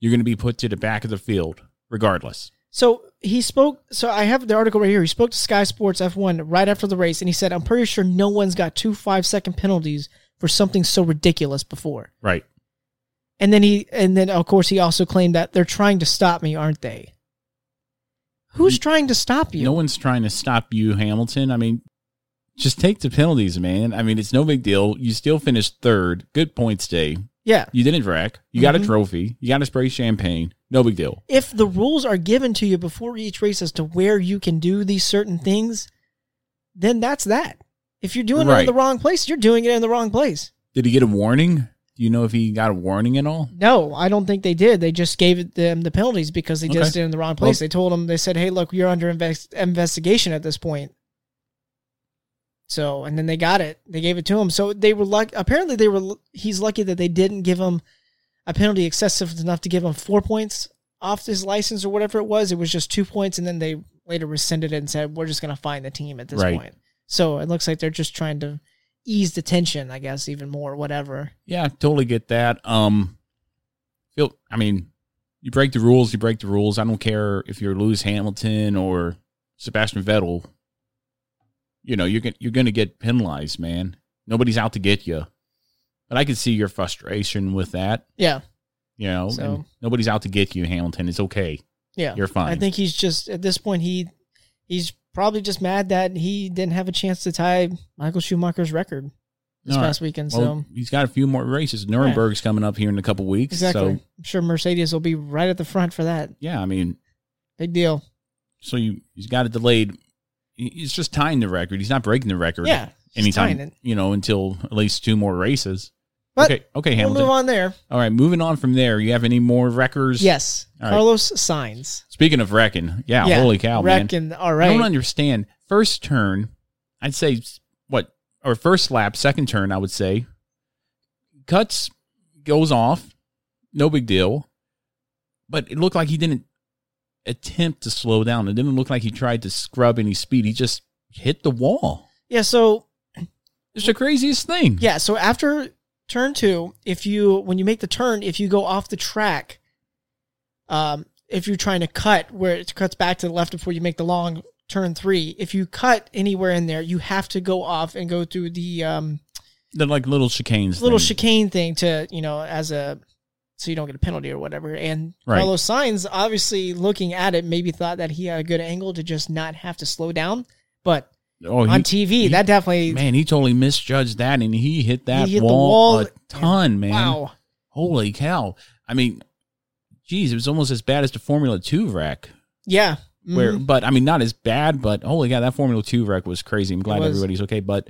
you're going to be put to the back of the field, regardless. So he spoke. So I have the article right here. He spoke to Sky Sports F1 right after the race, and he said, "I'm pretty sure no one's got two five second penalties for something so ridiculous before." Right. And then he, and then of course he also claimed that they're trying to stop me, aren't they? Who's trying to stop you? No one's trying to stop you, Hamilton. I mean, just take the penalties, man. I mean, it's no big deal. You still finished third. Good points day. yeah. You didn't wreck. You got Mhm. a trophy. You got to spray champagne. No big deal. If the rules are given to you before each race as to where you can do these certain things, then that's that. If you're doing it in Right. the wrong place, you're doing it in the wrong place. Did he get a warning? Do you know if he got a warning at all? No, I don't think they did. They just gave it- them the penalties because they just Okay. did it in the wrong place. Well- they told them they said, "Hey, look, you're under invest- investigation at this point." So, and then they got it. They gave it to him. So they were luck. Apparently, they were. lu- He's lucky that they didn't give him a penalty excessive enough to give him four points off his license or whatever it was. It was just two points, and then they later rescinded it and said, "We're just going to fine the team at this Right. point." So it looks like they're just trying to ease the tension, I guess, even more. Whatever. Yeah, I totally get that. Um, feel I mean, you break the rules, you break the rules. I don't care if you're Lewis Hamilton or Sebastian Vettel. You know, you're gonna you're gonna get penalized, man. Nobody's out to get you. But I can see your frustration with that. Yeah. You know, So- and nobody's out to get you, Hamilton. It's okay. Yeah, You're fine. I think he's just at this point he he's probably just mad that he didn't have a chance to tie Michael Schumacher's record this All right. past weekend. Well, so he's got a few more races. Nuremberg's coming up here in a couple weeks. exactly, So I'm sure Mercedes will be right at the front for that. yeah, I mean, Big deal. so you he's got it delayed. He- He's just tying the record. He's not breaking the record. Yeah, just anytime tying it. you know until at least two more races. But okay, okay, we'll Hamilton. move on there. All right, moving on from there. You have any more wreckers? Yes, All right. Carlos signs. Speaking of wrecking, yeah, holy cow, man! Reckon, all right. I don't understand. First turn, I'd say what or first lap, second turn, I would say cuts goes off, no big deal, but it looked like he didn't attempt to slow down. It didn't look like he tried to scrub any speed. He just hit the wall. yeah, so It's the craziest thing. yeah, so after turn two, if you when you make the turn, if you go off the track, um, if you're trying to cut where it cuts back to the left before you make the long turn three, if you cut anywhere in there, you have to go off and go through the um, They're like little chicanes. little thing. chicane thing to you know as a so you don't get a penalty or whatever. And Right. Carlos Sainz, obviously looking at it, maybe thought that he had a good angle to just not have to slow down. But Oh, on TV, that definitely man, he totally misjudged that, and he hit that He hit the wall, wall. a ton, man. wow. Holy cow! I mean, geez, it was almost as bad as the Formula Two wreck. Yeah. Where, Mhm. but I mean, not as bad, but holy cow, that Formula Two wreck was crazy. I'm glad was. everybody's okay, but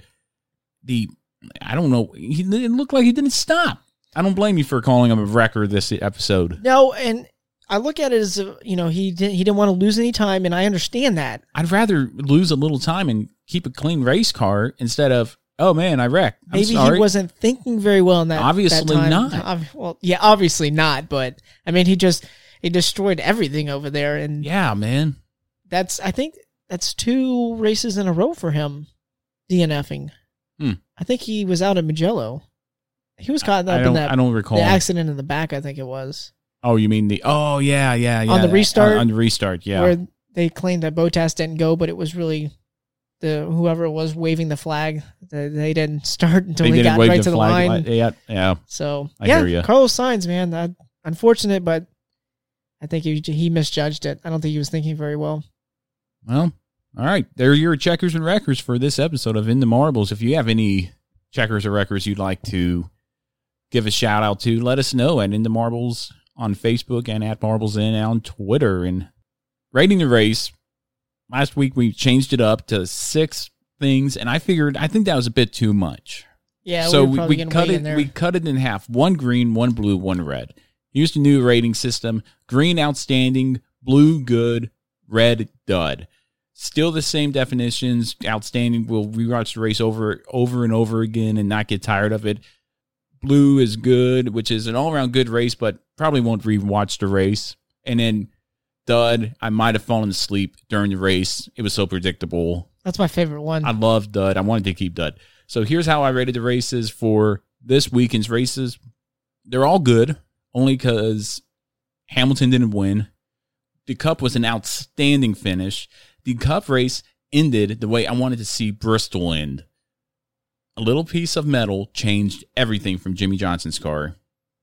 the I don't know. He, it looked like he didn't stop. I don't blame you for calling him a wrecker this episode. No, and I look at it as uh, you know he didn't he didn't want to lose any time, and I understand that. I'd rather lose a little time and keep a clean race car instead of oh man, I wrecked. I'm Maybe sorry. he wasn't thinking very well in that. that Obviously time. not. Ob- well, yeah, obviously not. But I mean, he just he destroyed everything over there, and Yeah, man. that's I think that's two races in a row for him DNFing. Hmm. I think he was out at Magello. He was caught I up don't- in that. I don't recall. the accident in the back. I think it was Oh, you mean the oh yeah yeah yeah On the that- restart? on, the restart yeah where they claimed that Botas didn't go, but it was really the whoever was waving the flag. They, they didn't [LAUGHS] start until he got right to the line. li- yeah yeah So I yeah, hear ya. Carlos Sainz, man, that, unfortunate, but I think he he misjudged it. I don't think he was thinking very well. well all right there are your checkers and wreckers for this episode of in the marbles if you have any checkers or wreckers you'd like to give a shout out to let us know at in the marbles on Facebook and at marbles in on Twitter and rating the race last week we changed it up to six things and I figured I think that was a bit too much Yeah, so we were we, probably we getting cut way it in there. we cut it in half one green one blue one red used a new rating system green outstanding blue good red dud still the same definitions outstanding we'll rewatch the race over over and over again and not get tired of it blue is good which is an all-around good race but probably won't rewatch the race and then dud i might have fallen asleep during the race it was so predictable That's my favorite one. I love Dud. I wanted to keep Dud. So here's how I rated the races for this weekend's races. They're all good, only because Hamilton didn't win. The Cup was an outstanding finish. The Cup race ended the way I wanted to see Bristol end. A little piece of metal changed everything from Jimmy Johnson's car,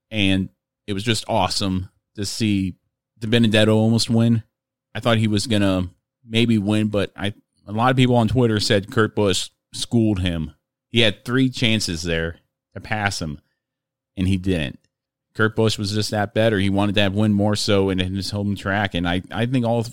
and it was just awesome to see the Benedetto almost win. I thought he was gonna maybe win, but I a lot of people on Twitter said Kurt Busch schooled him. He had three chances there to pass him, and he didn't. Kurt Busch was just that better. He wanted that win more so in in his home track, and I, I think all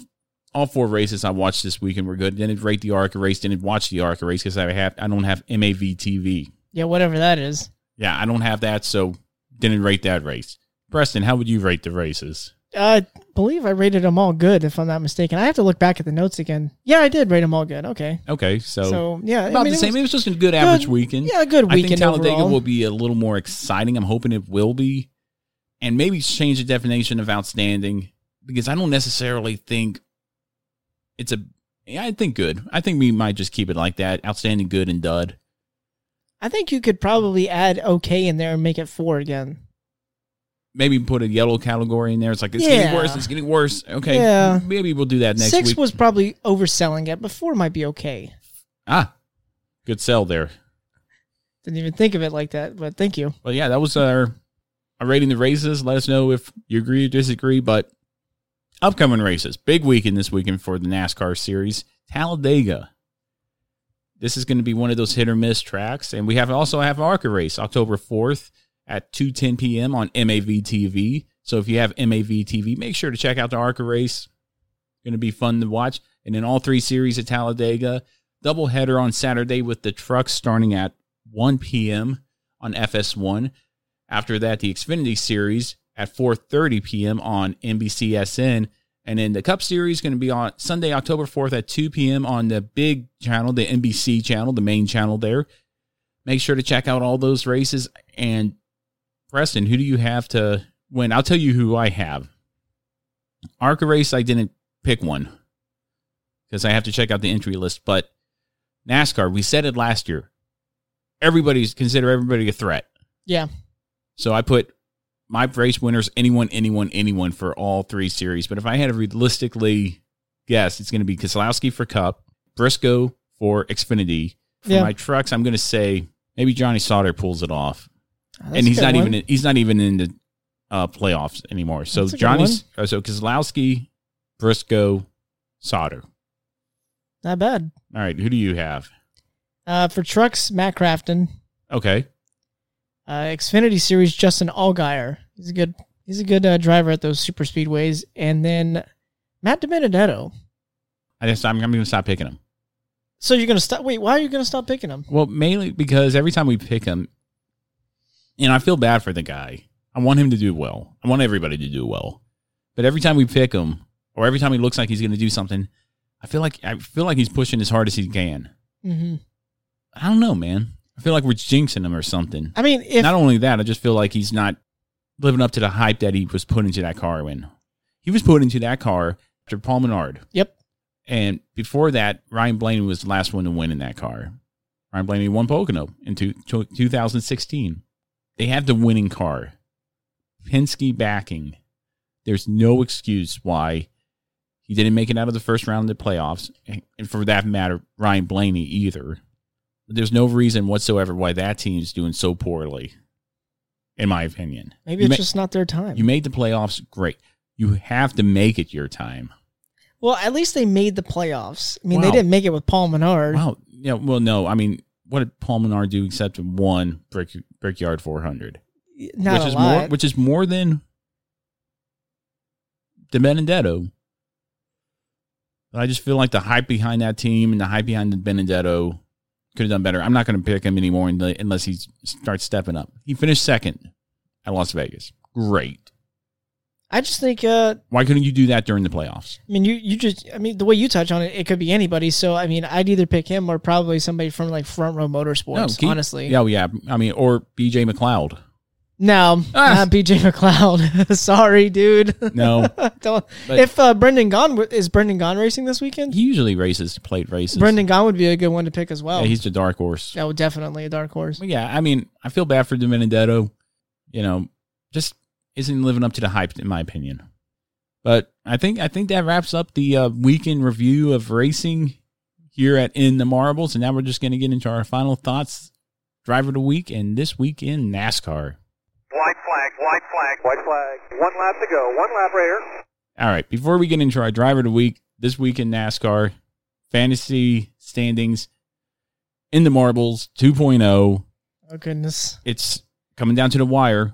all four races I watched this weekend were good. Didn't rate the ARCA race, didn't watch the ARCA race because I have I don't have MAV TV. yeah, whatever that is. Yeah, I don't have that, so didn't rate that race. Preston, how would you rate the races? I believe I rated them all good, if I'm not mistaken. I have to look back at the notes again. Yeah, I did rate them all good. Okay, Okay, so, so yeah, I about mean, the it same. was- it was just a good average good- weekend. Yeah, a good I think weekend Talladega overall. will be a little more exciting. I'm hoping it will be, and maybe change the definition of outstanding because I don't necessarily think it's a. yeah, I think good. I think we might just keep it like that: outstanding, good, and dud. I think you could probably add okay in there and make it four again. Maybe put a yellow category in there. It's like it's Yeah. getting worse. It's getting worse. Okay, Yeah. maybe we'll do that next Six week. was probably overselling it, but four might be okay. ah, good sell there. Didn't even think of it like that, but thank you. Well, yeah, that was our, our rating the races. Let us know if you agree or disagree. But upcoming races, big weekend this weekend for the NASCAR series, Talladega. This is going to be one of those hit or miss tracks, and we have also have ARCA race October fourth at two ten p.m. on MAV TV. So if you have MAV TV, make sure to check out the ARCA race. Going to be fun to watch, and then all three series at Talladega, double header on Saturday with the trucks starting at one p.m on FS1. After that, the Xfinity Series at 4:30 p.m. on NBCSN, and then the Cup Series going to be on Sunday, October 4th at 2 p.m. on the big channel, the NBC channel, the main channel there. Make sure to check out all those races. And Preston, who do you have to win? I'll tell you who I have. ARCA race, I didn't pick one because I have to check out the entry list. But NASCAR, we said it last year. Everybody's consider everybody a threat. Yeah. So I put my race winners anyone, anyone, anyone for all three series. But if I had to realistically guess, it's going to be Keselowski for Cup, Briscoe for Xfinity. For Yeah. my trucks, I'm going to say maybe Johnny Sauter pulls it off, That's and a he's good not one. even he's not even in the uh, playoffs anymore. So That's a good Johnny's uh, so Kozlowski, Briscoe, Sauter. Not bad. All right, who do you have? Uh, for trucks, Matt Crafton. Okay, Uh, Xfinity Series, Justin Allgaier. He's a good. He's a good uh, driver at those super speedways. And then Matt DiBenedetto. I just I'm, I'm going to stop picking him. So you're gonna stop? Wait, why are you gonna stop picking him? Well, mainly because every time we pick him, and I feel bad for the guy. I want him to do well. I want everybody to do well. But every time we pick him, or every time he looks like he's going to do something, I feel like I feel like he's pushing as hard as he can. hmm I don't know, man. I feel like we're jinxing him or something. I mean, if Not only that, I just feel like he's not living up to the hype that he was put into that car when he was put into that car after Paul Menard. yep, And before that, Ryan Blaney was the last one to win in that car. Ryan Blaney won Pocono in two, two, 2016. They had the winning car. Penske backing. There's no excuse why he didn't make it out of the first round of the playoffs. And and for that matter, Ryan Blaney either. There's no reason whatsoever why that team's doing so poorly, in my opinion. maybe You it's ma- just not their time. You made the playoffs great. You have to make it your time. well, at least they made the playoffs. I mean, they Wow. didn't make it with Paul Menard. Wow. Yeah. Well, no. I mean, what did Paul Menard do except one brick brickyard 400, Not which a is lot. more, which is more than the Benedetto. But I just feel like the hype behind that team and the hype behind the Benedetto could have done better. I'm not going to pick him anymore unle- unless he starts stepping up. He finished second at Las Vegas. Great. I just think. Uh, Why couldn't you do that during the playoffs? I mean, you you just. I mean, the way you touch on it, it could be anybody. So I mean, I'd either pick him or probably somebody from like Front Row Motorsports. keep- honestly, Yeah, yeah. I mean, or BJ McLeod. No, Ah. not BJ McLeod. [LAUGHS] Sorry, dude. No. [LAUGHS] Don't. But- if uh, Brendan Gaughan w- is Brendan Gaughan racing this weekend, He usually races plate races. Brendan Gaughan would be a good one to pick as well. Oh. Yeah, he's the dark horse. that would definitely a dark horse. But yeah, I mean, I feel bad for the Benedetto. You know, just isn't living up to the hype, in my opinion. But I think I think that wraps up the uh, weekend review of racing here at In the Marbles, and now we're just going to get into our final thoughts. Driver of the week, and this week in NASCAR. White flag, white flag, white flag. One lap to go. One lap, Raider. All right, before we get into our driver of the week, this week in NASCAR, fantasy standings in the Marbles 2.0. Oh goodness. it's coming down to the wire.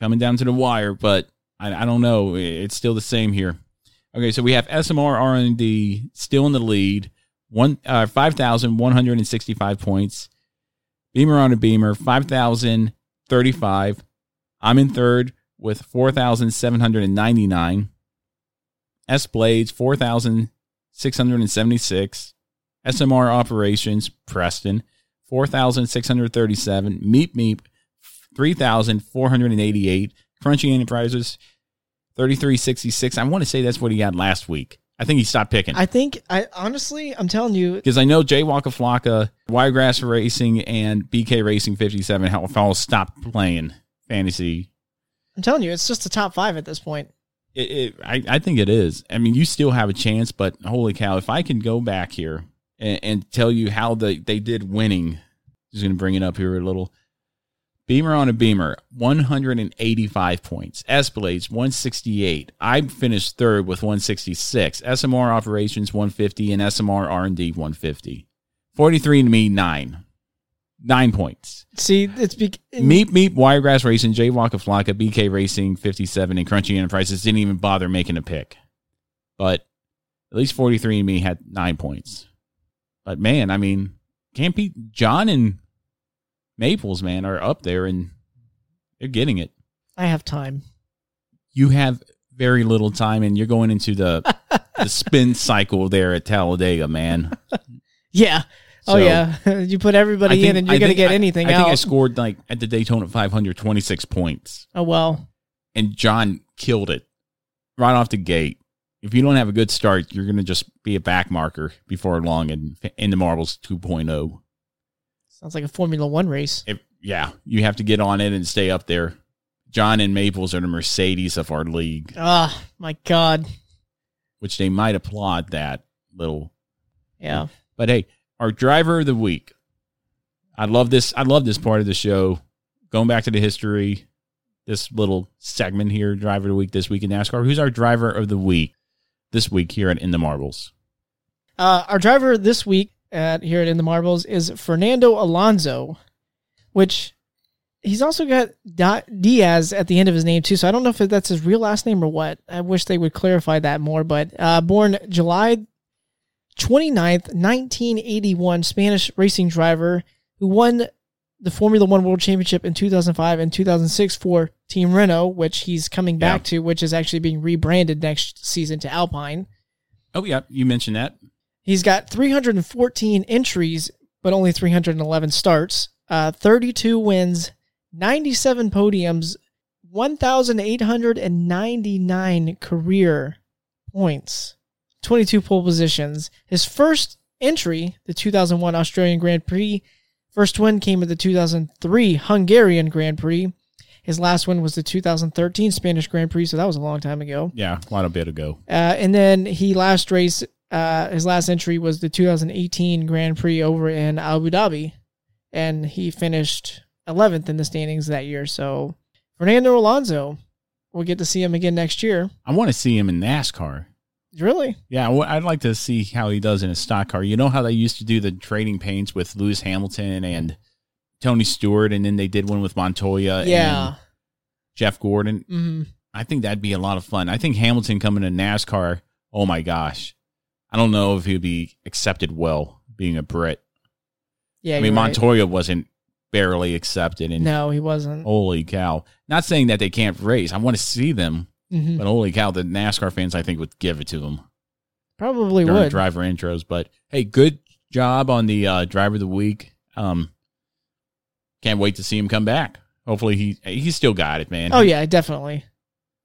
Coming down to the wire, but I, I don't know. It's still the same here. Okay, so we have SMR R and D still in the lead, one uh, five thousand one hundred and sixty five points. Beamer on a Beamer five thousand thirty five. I'm in third with four thousand seven hundred and ninety nine. S Blades four thousand six hundred and seventy six. SMR Operations Preston 4,637. Meep Meep, 3,488. Crunchy Enterprises, 3,366. I want to say that's what he got last week. I think he stopped picking. I think I honestly, I'm telling you, Because I know Jay Waka Flocka, Wiregrass Racing, and BK Racing 57 have all stopped playing fantasy. I'm telling you, it's just the top five at this point. It, it, I, I think it is. I mean, you still have a chance, but holy cow, if I can go back here and, and tell you how the, they did winning, just going to bring it up here a little. Beamer on a Beamer, 185 points. Escalades, 168. I finished third with 166. SMR Operations, 150, and SMR R&D, 150. 43 and me, 9. 9 points. See, it's be- Meep Meep, Wiregrass Racing, Jay Waka Flocka, BK Racing, 57, and Crunchy Enterprises didn't even bother making a pick. But at least 43 and me had nine points. But man, I mean, can't be John and Maples, man, are up there and they're getting it. I have time. You have very little time and you're going into [LAUGHS] the, the spin cycle there at Talladega, man. Yeah. oh So- yeah. [LAUGHS] you put everybody in, and you're I gonna think- get I- anything I out. think I scored like at the Daytona 500, 26 points. oh well. and John killed it right off the gate. If you don't have a good start, you're going to just be a back marker before long in, in the Marbles 2.0. Sounds like a Formula One race. oh. If, yeah, you have to get on it and stay up there. John and Maples are the Mercedes of our league, Ah, my God. which they might applaud that little. Yeah. But hey, our driver of the week. I love this. I love this part of the show. Going back to the history, this little segment here, Driver of the Week this week in NASCAR. Who's our driver of the week this week here at In the Marbles? Uh, our driver this week at here at In the Marbles is Fernando Alonso, which he's also got Di- Diaz at the end of his name too. So I don't know if that's his real last name or what. I wish they would clarify that more. But uh, born July 29th, 1981, Spanish racing driver who won the Formula One World Championship in 2005 and 2006 for Team Renault, which he's coming back to, which is actually being rebranded next season to Alpine. Oh, yeah. You mentioned that. He's got 314 entries, but only 311 starts, uh, 32 wins, 97 podiums, 1,899 career points, 22 pole positions. His first entry, the 2001 Australian Grand Prix, first win came at the 2003 Hungarian Grand Prix. His last win was the 2013 Spanish Grand Prix, so that was a long time ago. Yeah, quite a bit ago. Uh, and then he last race, uh, his last entry was the 2018 Grand Prix over in Abu Dhabi, and he finished 11th in the standings that year. So Fernando Alonso, we'll get to see him again next year. I want to see him in NASCAR. Really? Yeah, I w- I'd like to see how he does in his stock car. You know how they used to do the trading paints with Lewis Hamilton and Tony Stewart, and then they did one with Montoya yeah. Uh, and Jeff Gordon. Mhm. I think that'd be a lot of fun. I think Hamilton coming to NASCAR, oh my gosh. I don't know if he'd be accepted well being a Brit. Yeah. I mean, you're right. Montoya wasn't barely accepted. And Oh. No, he wasn't. holy cow. Not saying that they can't race. I want to see them, Mhm. but holy cow, the NASCAR fans, I think, would give it to them Probably during would. driver intros. But hey, good job on the uh, driver of the week. Um, can't wait to see him come back. Hopefully he he's still got it, man. Oh yeah, definitely.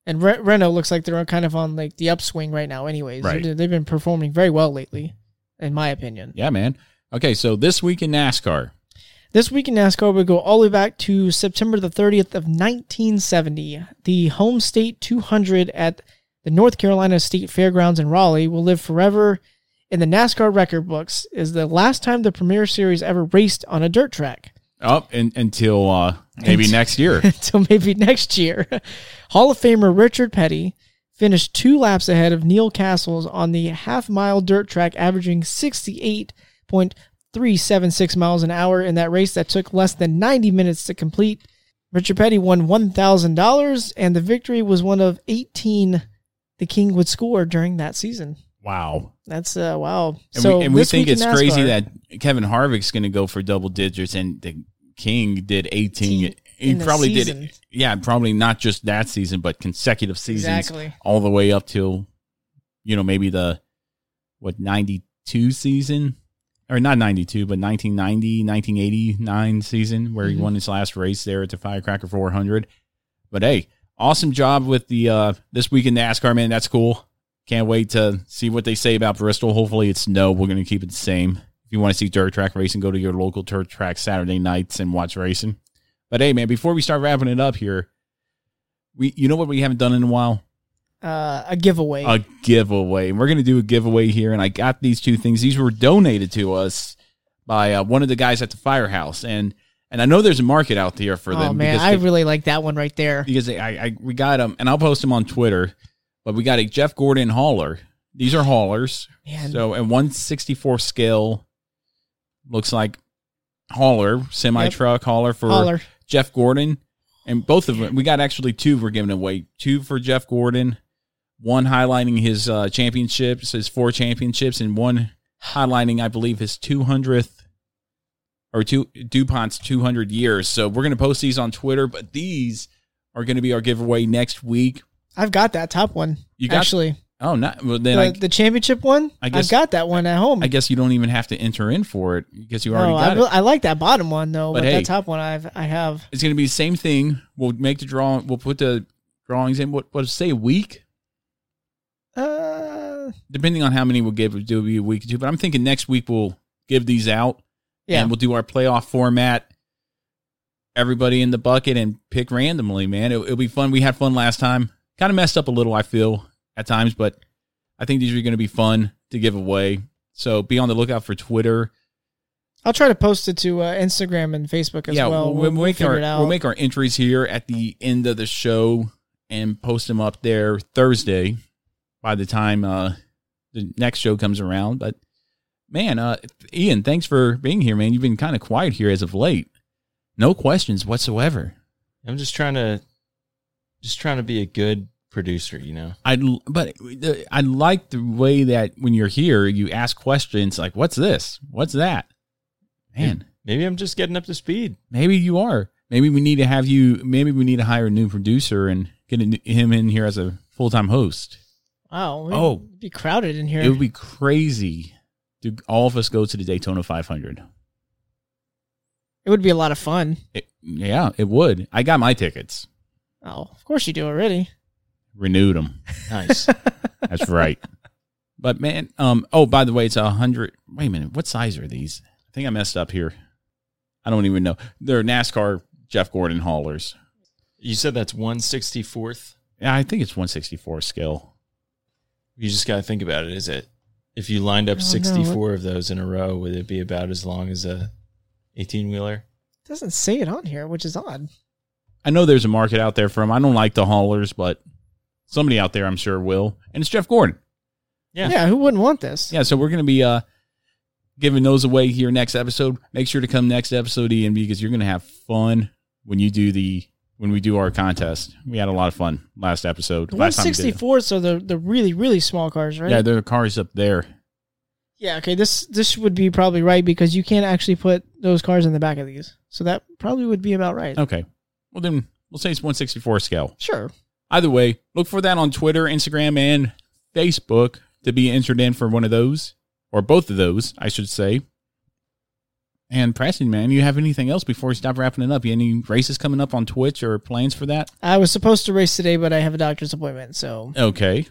And Re- Renault looks like they're kind of on like the upswing right now. Anyways, Right. They're- they've been performing very well lately, in my opinion. yeah, man. Okay, so this week in NASCAR, This week in NASCAR, we go all the way back to September the 30th of 1970. The home state 200 at the North Carolina State Fairgrounds in Raleigh will live forever in the NASCAR record books as the last time the Premier Series ever raced on a dirt track. up and, until uh, maybe Until- next [LAUGHS] year. Until maybe next year. [LAUGHS] Hall of Famer Richard Petty finished two laps ahead of Neil Castles on the half mile dirt track, averaging 68.376 miles an hour in that race that took less than 90 minutes to complete. Richard Petty won $1,000, and the victory was one of 18 the King would score during that season. wow. That's uh, wow. And so we, and we this think week in it's crazy NASCAR- that Kevin Harvick's going to go for double digits, and the King did 18. Team He in the probably did season. it. Yeah, probably not just that season, but consecutive seasons Exactly. all the way up till, you know, maybe the, what, 92 season? Or not 92, but 1990, 1989 season where he won his last race there at the Firecracker 400. But hey, awesome job with the uh this week in NASCAR, man. That's cool. Can't wait to see what they say about Bristol. Hopefully it's no. We're gonna keep it the same. If you want to see dirt track racing, go to your local dirt track Saturday nights and watch racing. But hey, man, before we start wrapping it up here, we you know what we haven't done in a while? Uh, a giveaway. A giveaway. And we're gonna do a giveaway here. And I got these two things. These were donated to us by uh, one of the guys at the firehouse. And and I know there's a market out there for oh them. man, because I they- really like that one right there. because I, I we got them, and I'll post them on Twitter. But we got a Jeff Gordon hauler. These are haulers. Man. So and one sixty four scale looks like hauler, semi truck hauler for Holler. Jeff Gordon, and both of them we got actually two we're giving away. Two for Jeff Gordon, one highlighting his uh, championships, his four championships, and one highlighting I believe his two hundredth or two DuPont's two hundred years. So we're gonna post these on Twitter, but these are gonna be our giveaway next week. I've got that top one. You got- actually Oh, not well, then the, I, the championship one. I I guess- have got that one at home. I guess you don't even have to enter in for it because you already no, got I, it. will- I like that bottom one though, But but, hey. that top one I've I have. It's going to be the same thing. We'll make the draw. We'll put the drawings in. What? What? Say a week, Uh, depending on how many we'll give. Do be a week or two. But I'm thinking next week we'll give these out. yeah, And we'll do our playoff format. Everybody in the bucket and pick randomly, man. It, will be fun. We had fun last time. Kind of messed up a little, I feel, at times, but I think these are going to be fun to give away. So be on the lookout for Twitter I'll try to post it to uh, Instagram and Facebook as well. we'll, we'll make figure our it out. we'll make our entries here at the end of the show and post them up there Thursday. By the time uh, the next show comes around, but man, uh, Ian, thanks for being here, man. You've been kind of quiet here as of late. No questions whatsoever. I'm just trying to, just trying to be a good producer, you know. I but the- I like the way that when you're here, you ask questions like, "What's this? What's that?" Man, Maybe I'm just getting up to speed. [LAUGHS] Maybe you are. Maybe we need to have you. Maybe we need to hire a new producer and get a, new- him in here as a full time host. wow. we'd Oh. be crowded in here. It would be crazy to all of us go to the Daytona 500. it would be a lot of fun. It, yeah, it would. I got my tickets, Oh, of course you do already. renewed them. Nice. That's right. But man, um. Oh, by the way, it's a hundred. Wait a minute. What size are these? I think I messed up here. I don't even know. They're NASCAR Jeff Gordon haulers. you said that's 164th. Yeah, I think it's 164 scale. You just got to think about it. Is it if you lined up I don't know. 64 of those in a row, would it be about as long as a 18 wheeler? It doesn't say it on here, which is odd. I know there's a market out there for him. I don't like the haulers, but somebody out there I'm sure will. And it's Jeff Gordon. Yeah, who wouldn't want this? Yeah, so we're going to be uh, giving those away here next episode. Make sure to come next episode, Ian, because you're going to have fun when you do the when we do our contest. We had a lot of fun last episode. The Last time we did it. 164, so the the really really small cars, right? Yeah, there are cars up there. Yeah, okay. This this would be probably right because you can't actually put those cars in the back of these. So that probably would be about right. Okay. Well, then we'll say it's 164 scale. Sure. Either way, look for that on Twitter, Instagram, and Facebook to be entered in for one of those, or both of those, I should say. And Preston, man, you have anything else before we stop wrapping it up? You any races coming up on Twitch or plans for that? I was supposed to race today, but I have a doctor's appointment. So Okay.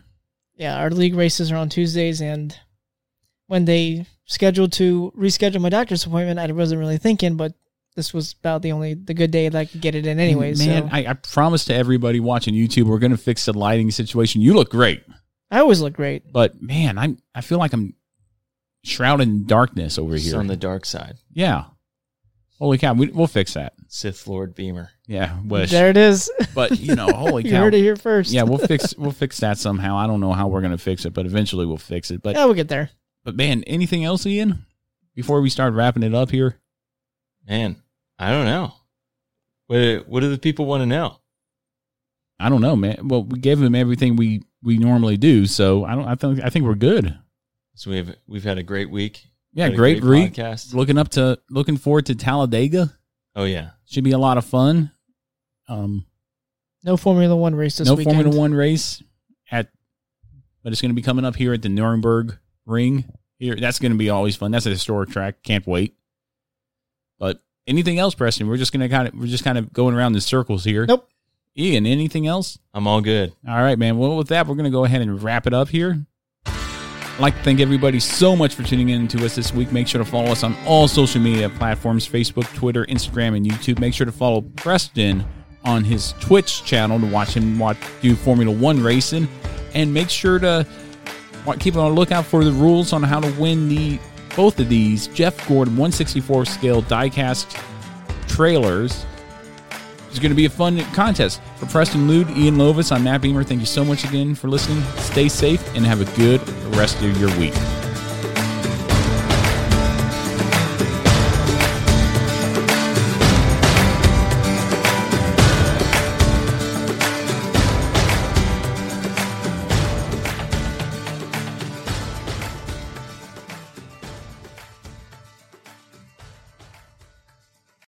yeah, our league races are on Tuesdays, and when they scheduled to reschedule my doctor's appointment, I wasn't really thinking, but this was about the only the good day that I could get it in, anyways. man, so. I, I, I promise to everybody watching YouTube, we're gonna fix the lighting situation. You look great, always look great. but man, I'm I feel like I'm shrouded in darkness over It's here. on the dark side. yeah. Holy cow, we, we'll fix that. Sith Lord Beamer. Yeah, wish. There it is. But you know, holy [LAUGHS] you cow. heard it here first. yeah, we'll fix we'll fix that somehow. I don't know how we're gonna fix it, but eventually we'll fix it. But yeah, we'll get there. but man, anything else, Ian? Before we start wrapping it up here, Man, I don't know. What What do the people want to know? I don't know, man. Well, we gave him everything we we normally do, so I don't. I think I think we're good. So we've we've had a great week. Yeah, Had a great, great podcast. Looking up to looking forward to Talladega. Oh yeah, Should be a lot of fun. Um, No Formula One race this no weekend. Formula One race at, but it's going to be coming up here at the Nuremberg Ring. Here, that's going to be always fun. That's a historic track. Can't wait. But anything else, Preston? We're just going to kind of we're just kind of going around in circles here. Nope. Ian, anything else? I'm all good. All right, man. Well, with that, we're going to go ahead and wrap it up here. I'd like to thank everybody so much for tuning in to us this week. Make sure to follow us on all social media platforms Facebook, Twitter, Instagram, and YouTube. Make sure to follow Preston on his Twitch channel to watch him watch, do Formula One racing. And make sure to wa- keep on the lookout for the rules on how to win the both of these Jeff Gordon 164 scale diecast trailers it's going to be a fun contest. For Preston Lude, Ian Lovis, I'm Matt Beamer. Thank you so much again for listening. Stay safe and have a good rest of your week.